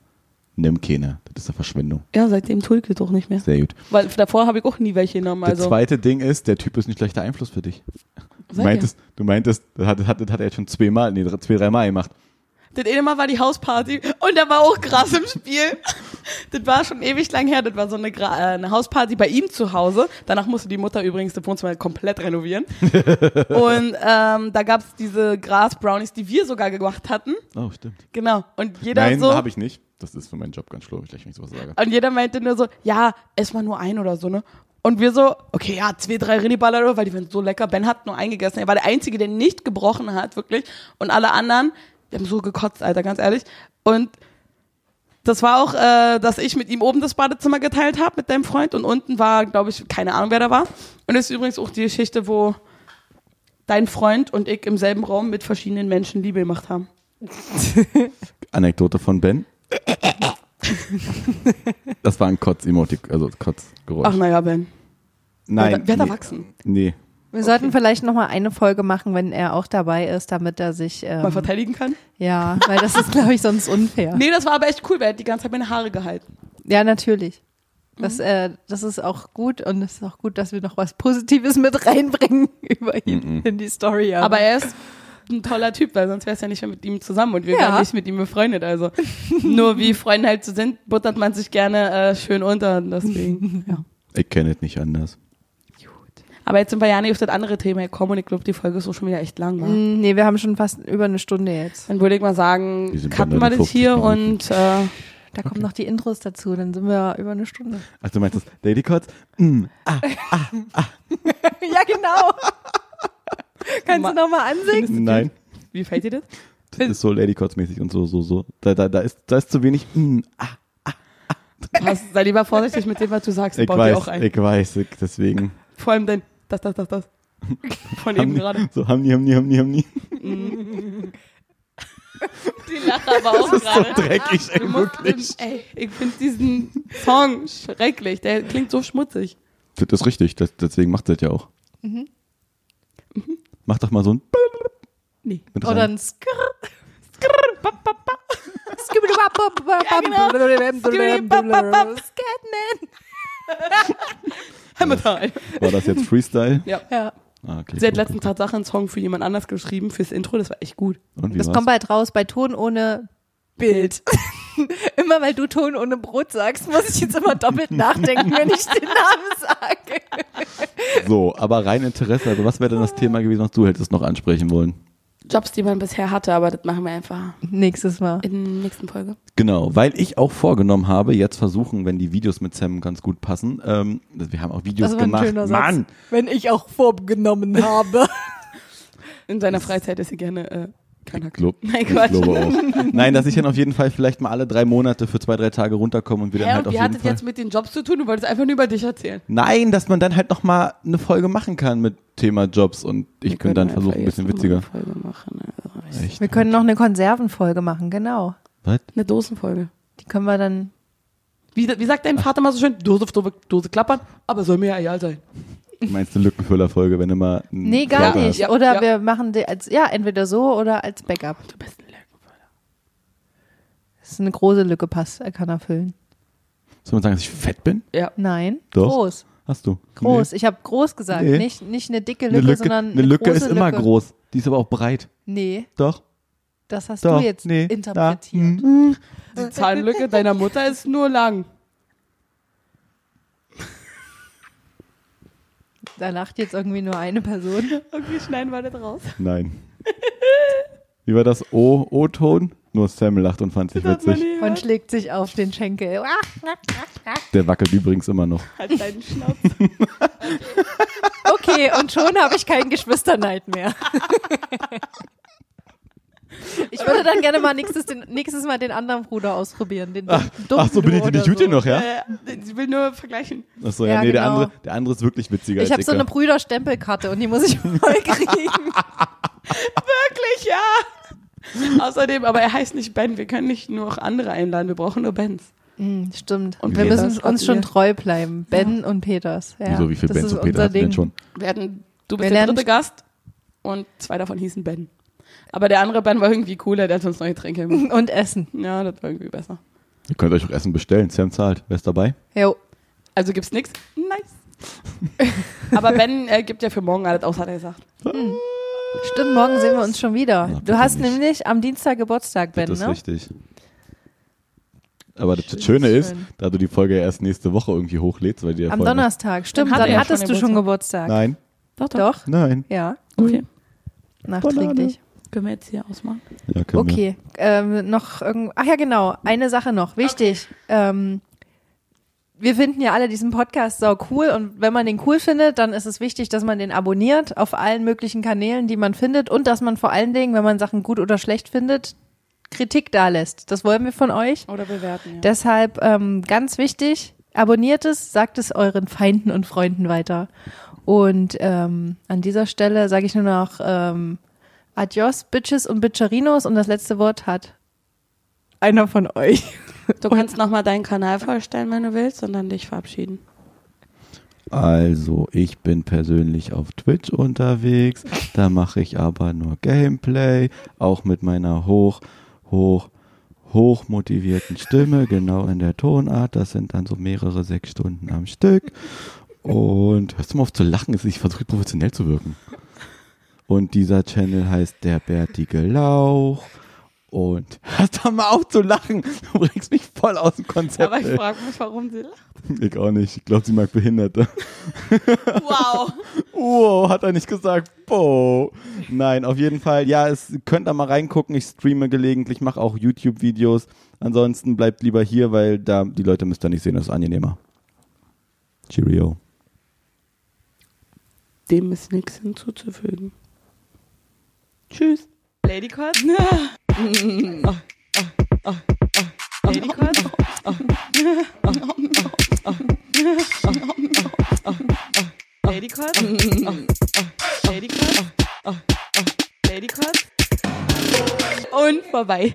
S3: nimm keine. Das ist eine Verschwendung.
S4: Ja, seitdem tue ich das auch nicht mehr.
S3: Sehr gut.
S4: Weil davor habe ich auch nie welche genommen.
S3: Das
S4: Also.
S3: zweite Ding ist, der Typ ist ein schlechter Einfluss für dich. Du
S4: Seid
S3: meintest, du meintest, das hat, das hat, das hat er jetzt schon zweimal, nee, drei- zwei, dreimal gemacht.
S4: Das eine Mal war die Hausparty und da war auch Gras im Spiel. Das war schon ewig lang her. Das war so eine, Gra äh, eine Hausparty bei ihm zu Hause. Danach musste die Mutter übrigens das Wohnzimmer komplett renovieren. und ähm, da gab's diese Gras-Brownies, die wir sogar gemacht hatten.
S3: Oh, stimmt.
S4: Genau. Und jeder
S3: Nein,
S4: so.
S3: habe ich nicht. Das ist für meinen Job ganz schlimm, wenn ich sowas sage.
S4: Und jeder meinte nur so, ja, ess mal nur ein oder so, ne? Und wir so, okay, ja, zwei, drei Rinniballer, weil die waren so lecker. Ben hat nur eingegessen. Er war der Einzige, der nicht gebrochen hat, wirklich. Und alle anderen, die haben so gekotzt, Alter, ganz ehrlich. Und das war auch, äh, dass ich mit ihm oben das Badezimmer geteilt habe mit deinem Freund und unten war, glaube ich, keine Ahnung, wer da war. Und das ist übrigens auch die Geschichte, wo dein Freund und ich im selben Raum mit verschiedenen Menschen Liebe gemacht haben.
S3: Anekdote von Ben. Das war ein Kotz-Emotik, also Kotz-Geräusch.
S4: Ach naja, Ben.
S3: Nein.
S4: Wer hat
S3: nee.
S4: erwachsen?
S3: Nee.
S5: Wir sollten vielleicht nochmal eine Folge machen, wenn er auch dabei ist, damit er sich. Ähm,
S4: Mal verteidigen kann?
S5: ja, weil das ist, glaube ich, sonst unfair.
S4: Nee, das war aber echt cool, weil er hat die ganze Zeit meine Haare gehalten.
S5: Ja, natürlich. Das, äh, das ist auch gut und es ist auch gut, dass wir noch was Positives mit reinbringen über
S3: Mhm,
S5: ihn in die Story.
S4: Aber er ist ein toller Typ, weil sonst wär's ja nicht mehr mit ihm zusammen und wir
S5: Ja.
S4: wären nicht mit ihm befreundet. Also nur wie Freunde halt so sind, buttert man sich gerne äh, schön unter. und Deswegen, ja.
S3: Ich kenne es nicht anders.
S4: Aber jetzt sind wir ja nicht auf das andere Thema gekommen und ich glaube, die Folge ist auch schon wieder echt lang. Wa?
S5: Mm, nee, wir haben schon fast über eine Stunde jetzt.
S4: Dann würde ich mal sagen,
S3: Wir sind bei
S4: cutten wir das
S3: 59
S4: hier
S3: Minuten.
S4: und äh,
S5: Da kommen noch die Intros dazu, dann sind wir über eine Stunde.
S3: Ach, Also du meinst das Lady Mm, Kotz?
S5: ja, genau. Kannst
S4: Ma-
S5: du nochmal ansingen?
S3: Nein.
S4: wie fällt dir das?
S3: Das ist so Lady Kotz-mäßig und so, so, so. Da, da, da, ist, da ist zu wenig. Mm, ah,
S4: Pass, sei lieber vorsichtig mit dem, was du sagst.
S3: ich,
S4: Baut dir
S3: weiß,
S4: auch ein.
S3: ich weiß, ich deswegen.
S4: Vor allem dein das, das, das, das. Von
S3: Haben
S4: eben
S3: die-
S4: gerade.
S3: So, haben die, haben die, haben die, haben die.
S4: Die Lache aber auch
S3: So
S4: gerade.
S3: dreckig,
S4: Du
S3: ey,
S4: musst
S3: wirklich.
S4: den, Ähm, ey, ich finde diesen Song schrecklich. Der klingt so schmutzig.
S3: Das ist richtig, das, deswegen macht das ja auch.
S4: Mhm.
S3: Mhm. Mach doch mal so ein.
S4: Nee.
S3: Mit
S5: Oder
S3: rein.
S5: ein Skrrr. genau. Skibidi-bap-bap-bap. Scatman.
S4: Hammertime.
S3: War das jetzt Freestyle?
S4: Ja.
S5: Ja.
S3: Ah, okay.
S4: Sie hat
S3: Gut,
S4: letzten
S3: gut,
S4: Tatsache einen Song für jemand anders geschrieben, fürs Intro, das war echt gut.
S3: gut. Und wie
S5: Das
S3: war's?
S5: kommt bald raus bei Ton ohne Bild. immer weil du Ton ohne Brot sagst, muss ich jetzt immer doppelt nachdenken, wenn ich den Namen sage.
S3: So, aber rein Interesse. Also, was wäre denn das Thema gewesen, was du hättest noch ansprechen wollen?
S4: Jobs, die man bisher hatte, aber das machen wir einfach
S5: Nächstes Mal.
S4: in der nächsten Folge.
S3: Genau, weil ich auch vorgenommen habe, jetzt versuchen, wenn die Videos mit Sam ganz gut passen. Ähm, wir haben auch Videos
S5: Das war ein
S3: gemacht.
S5: schöner Satz.
S3: Mann,
S5: Wenn ich auch vorgenommen habe.
S4: In seiner Freizeit ist sie gerne äh, kein Hack.
S3: Club.
S4: Mein
S3: Ich
S4: Gott.
S3: glaube auch. Nein, dass ich dann auf jeden Fall vielleicht mal alle drei Monate für zwei, drei Tage runterkomme und wir dann
S4: Hä,
S3: halt
S4: und
S3: auf
S4: wie
S3: jeden
S4: hat das
S3: Fall.
S4: jetzt mit den Jobs zu tun? Du wolltest einfach nur über dich erzählen.
S3: Nein, dass man dann halt nochmal eine Folge machen kann mit Thema Jobs und ich könnte dann versuchen, ein bisschen witziger.
S4: Eine Folge machen. also.
S3: Echt?
S5: Wir können noch eine Konservenfolge machen, genau.
S3: Was?
S4: Eine Dosenfolge.
S5: Die können wir dann.
S4: Wie, wie sagt dein Vater mal so schön? Dose, auf Dose, Dose klappern, aber soll mir ja egal sein.
S3: Meinst du Lückenfüller-Folge, wenn du mal. einen
S5: Nee, gar
S3: Körper hast?
S5: nicht.
S4: Ja,
S5: oder
S4: ja.
S5: wir machen die als, ja, entweder so oder als Backup.
S4: Du bist ein Lückenfüller.
S5: Das ist eine große Lücke, passt, er kann erfüllen.
S3: Soll man sagen, dass ich fett bin?
S5: Nein.
S3: Doch.
S5: Groß.
S3: Hast du.
S5: Groß. Ich habe groß gesagt.
S3: Nee.
S5: Nicht, nicht eine dicke
S3: Nee.
S5: Lücke,
S3: Eine Lücke,
S5: sondern.
S3: eine Lücke
S5: große
S3: ist immer
S5: Lücke.
S3: groß. Die ist aber auch breit.
S5: Nee,
S3: Doch.
S5: das hast
S3: Doch,
S5: du jetzt
S3: nee, Hm. na,
S5: interpretiert.
S4: Die Zahnlücke deiner Mutter ist nur lang.
S5: Da lacht jetzt irgendwie nur eine Person.
S4: Okay, schneiden wir das raus.
S3: Nein. Wie war das O- O-Ton? Nur Sam lacht und fand sich witzig.
S5: Und schlägt sich auf den Schenkel. Ah,
S3: Der wackelt übrigens immer noch.
S4: Halt deinen Schnauz.
S5: Okay, und schon habe ich keinen Geschwisterneid mehr. Ich würde dann gerne mal nächstes, den, nächstes Mal den anderen Bruder ausprobieren. Den dummen
S3: Ach so, bin ich
S5: oder
S3: nicht gut
S5: so.
S3: genug, ja?
S4: Sie Äh, will nur vergleichen.
S3: Ach so, ja,
S5: Ja,
S3: nee, der,
S5: genau.
S3: andere, der andere ist wirklich witziger.
S5: Ich habe
S3: als
S5: so eine
S3: Dicker.
S5: Brüderstempelkarte und die muss ich mal kriegen.
S4: Wirklich, ja. Außerdem, aber er heißt nicht Ben. Wir können nicht nur auch andere einladen. Wir brauchen nur Bens.
S5: Hm, Stimmt.
S4: Und
S5: Und wir
S4: Peters
S5: müssen uns schon
S4: gratuliert.
S5: treu bleiben. Ben und Peters. Ja,
S3: Wieso, wie viel
S5: das
S3: Bands
S5: ist
S3: und Peter
S5: unser
S3: hatten wir
S5: Ding.
S3: denn schon?
S4: Wir hatten, du bist
S5: Wir
S4: der
S5: lernen-
S4: dritte Gast und zwei davon hießen Ben. Aber der andere Ben war irgendwie cooler, der hat uns neue Getränke gemacht.
S5: Und Essen.
S4: Ja, das war irgendwie besser.
S3: Ihr könnt euch auch Essen bestellen. Sam zahlt. Wer ist dabei?
S5: Jo.
S4: Also gibt's nix? Nice. Aber Ben äh, gibt ja für morgen alles aus, hat er gesagt.
S5: Stimmt, morgen sehen wir uns schon wieder.
S3: Na, bitte
S5: du hast
S3: nicht.
S5: nämlich am Dienstag Geburtstag, Ben,
S3: das ist
S5: ne?
S3: richtig. Aber das, das Schöne
S5: Schön.
S3: ist, da du die Folge ja erst nächste Woche irgendwie hochlädst, weil die ja
S5: Am
S3: vorher noch-
S5: Donnerstag. Stimmt,
S4: hat
S5: dann,
S4: er ja
S5: hattest
S4: schon
S5: du schon Geburtstag.
S3: Nein,
S4: Doch, Mhm.
S5: Doch?
S3: nein.
S5: Ja,
S4: Okay.
S5: nachträglich.
S4: Können wir jetzt hier ausmachen?
S3: Ja, können wir.
S5: Okay, ähm, noch irgend. Ach ja, genau. Eine Sache noch. Wichtig. Ähm, wir finden ja alle diesen Podcast sau cool und wenn man den cool findet, dann ist es wichtig, dass man den abonniert auf allen möglichen Kanälen, die man findet und dass man vor allen Dingen, wenn man Sachen gut oder schlecht findet, Kritik da lässt. Das wollen wir von euch.
S4: Oder bewerten, ja.
S5: Deshalb ähm, ganz wichtig, abonniert es, sagt es euren Feinden und Freunden weiter. Und ähm, an dieser Stelle sage ich nur noch ähm, Adios, Bitches und Bitcherinos. Und das letzte Wort hat einer von euch.
S4: Du kannst nochmal deinen Kanal vorstellen, wenn du willst, und dann dich verabschieden.
S3: Also, ich bin persönlich auf Twitch unterwegs. Da mache ich aber nur Gameplay, auch mit meiner hoch, hoch, hoch motivierten Stimme, genau in der Tonart. Das sind dann so mehrere sechs Stunden am Stück. Und hörst du mal auf zu lachen? Ich versuche professionell zu wirken. Und dieser Channel heißt Der bärtige Lauch. Und hörst doch mal auf zu lachen. Du bringst mich voll aus dem Konzept.
S4: Aber ich
S3: ey.
S4: frage mich, warum sie lacht.
S3: ich auch nicht. Ich glaube, sie mag Behinderte.
S4: Wow.
S3: Wow, hat er nicht gesagt. Bo. Nein, auf jeden Fall. Ja, es könnt da mal reingucken. Ich streame gelegentlich, mache auch YouTube-Videos. Ansonsten bleibt lieber hier, weil da die Leute müsst ihr nicht sehen, das ist angenehmer. Cheerio.
S4: Dem ist nichts hinzuzufügen. Tschüss. Ah, Lady Cod? ah, Lady Cod? ah, Lady Cod? Lady Cod? Lady Cod? Und vorbei.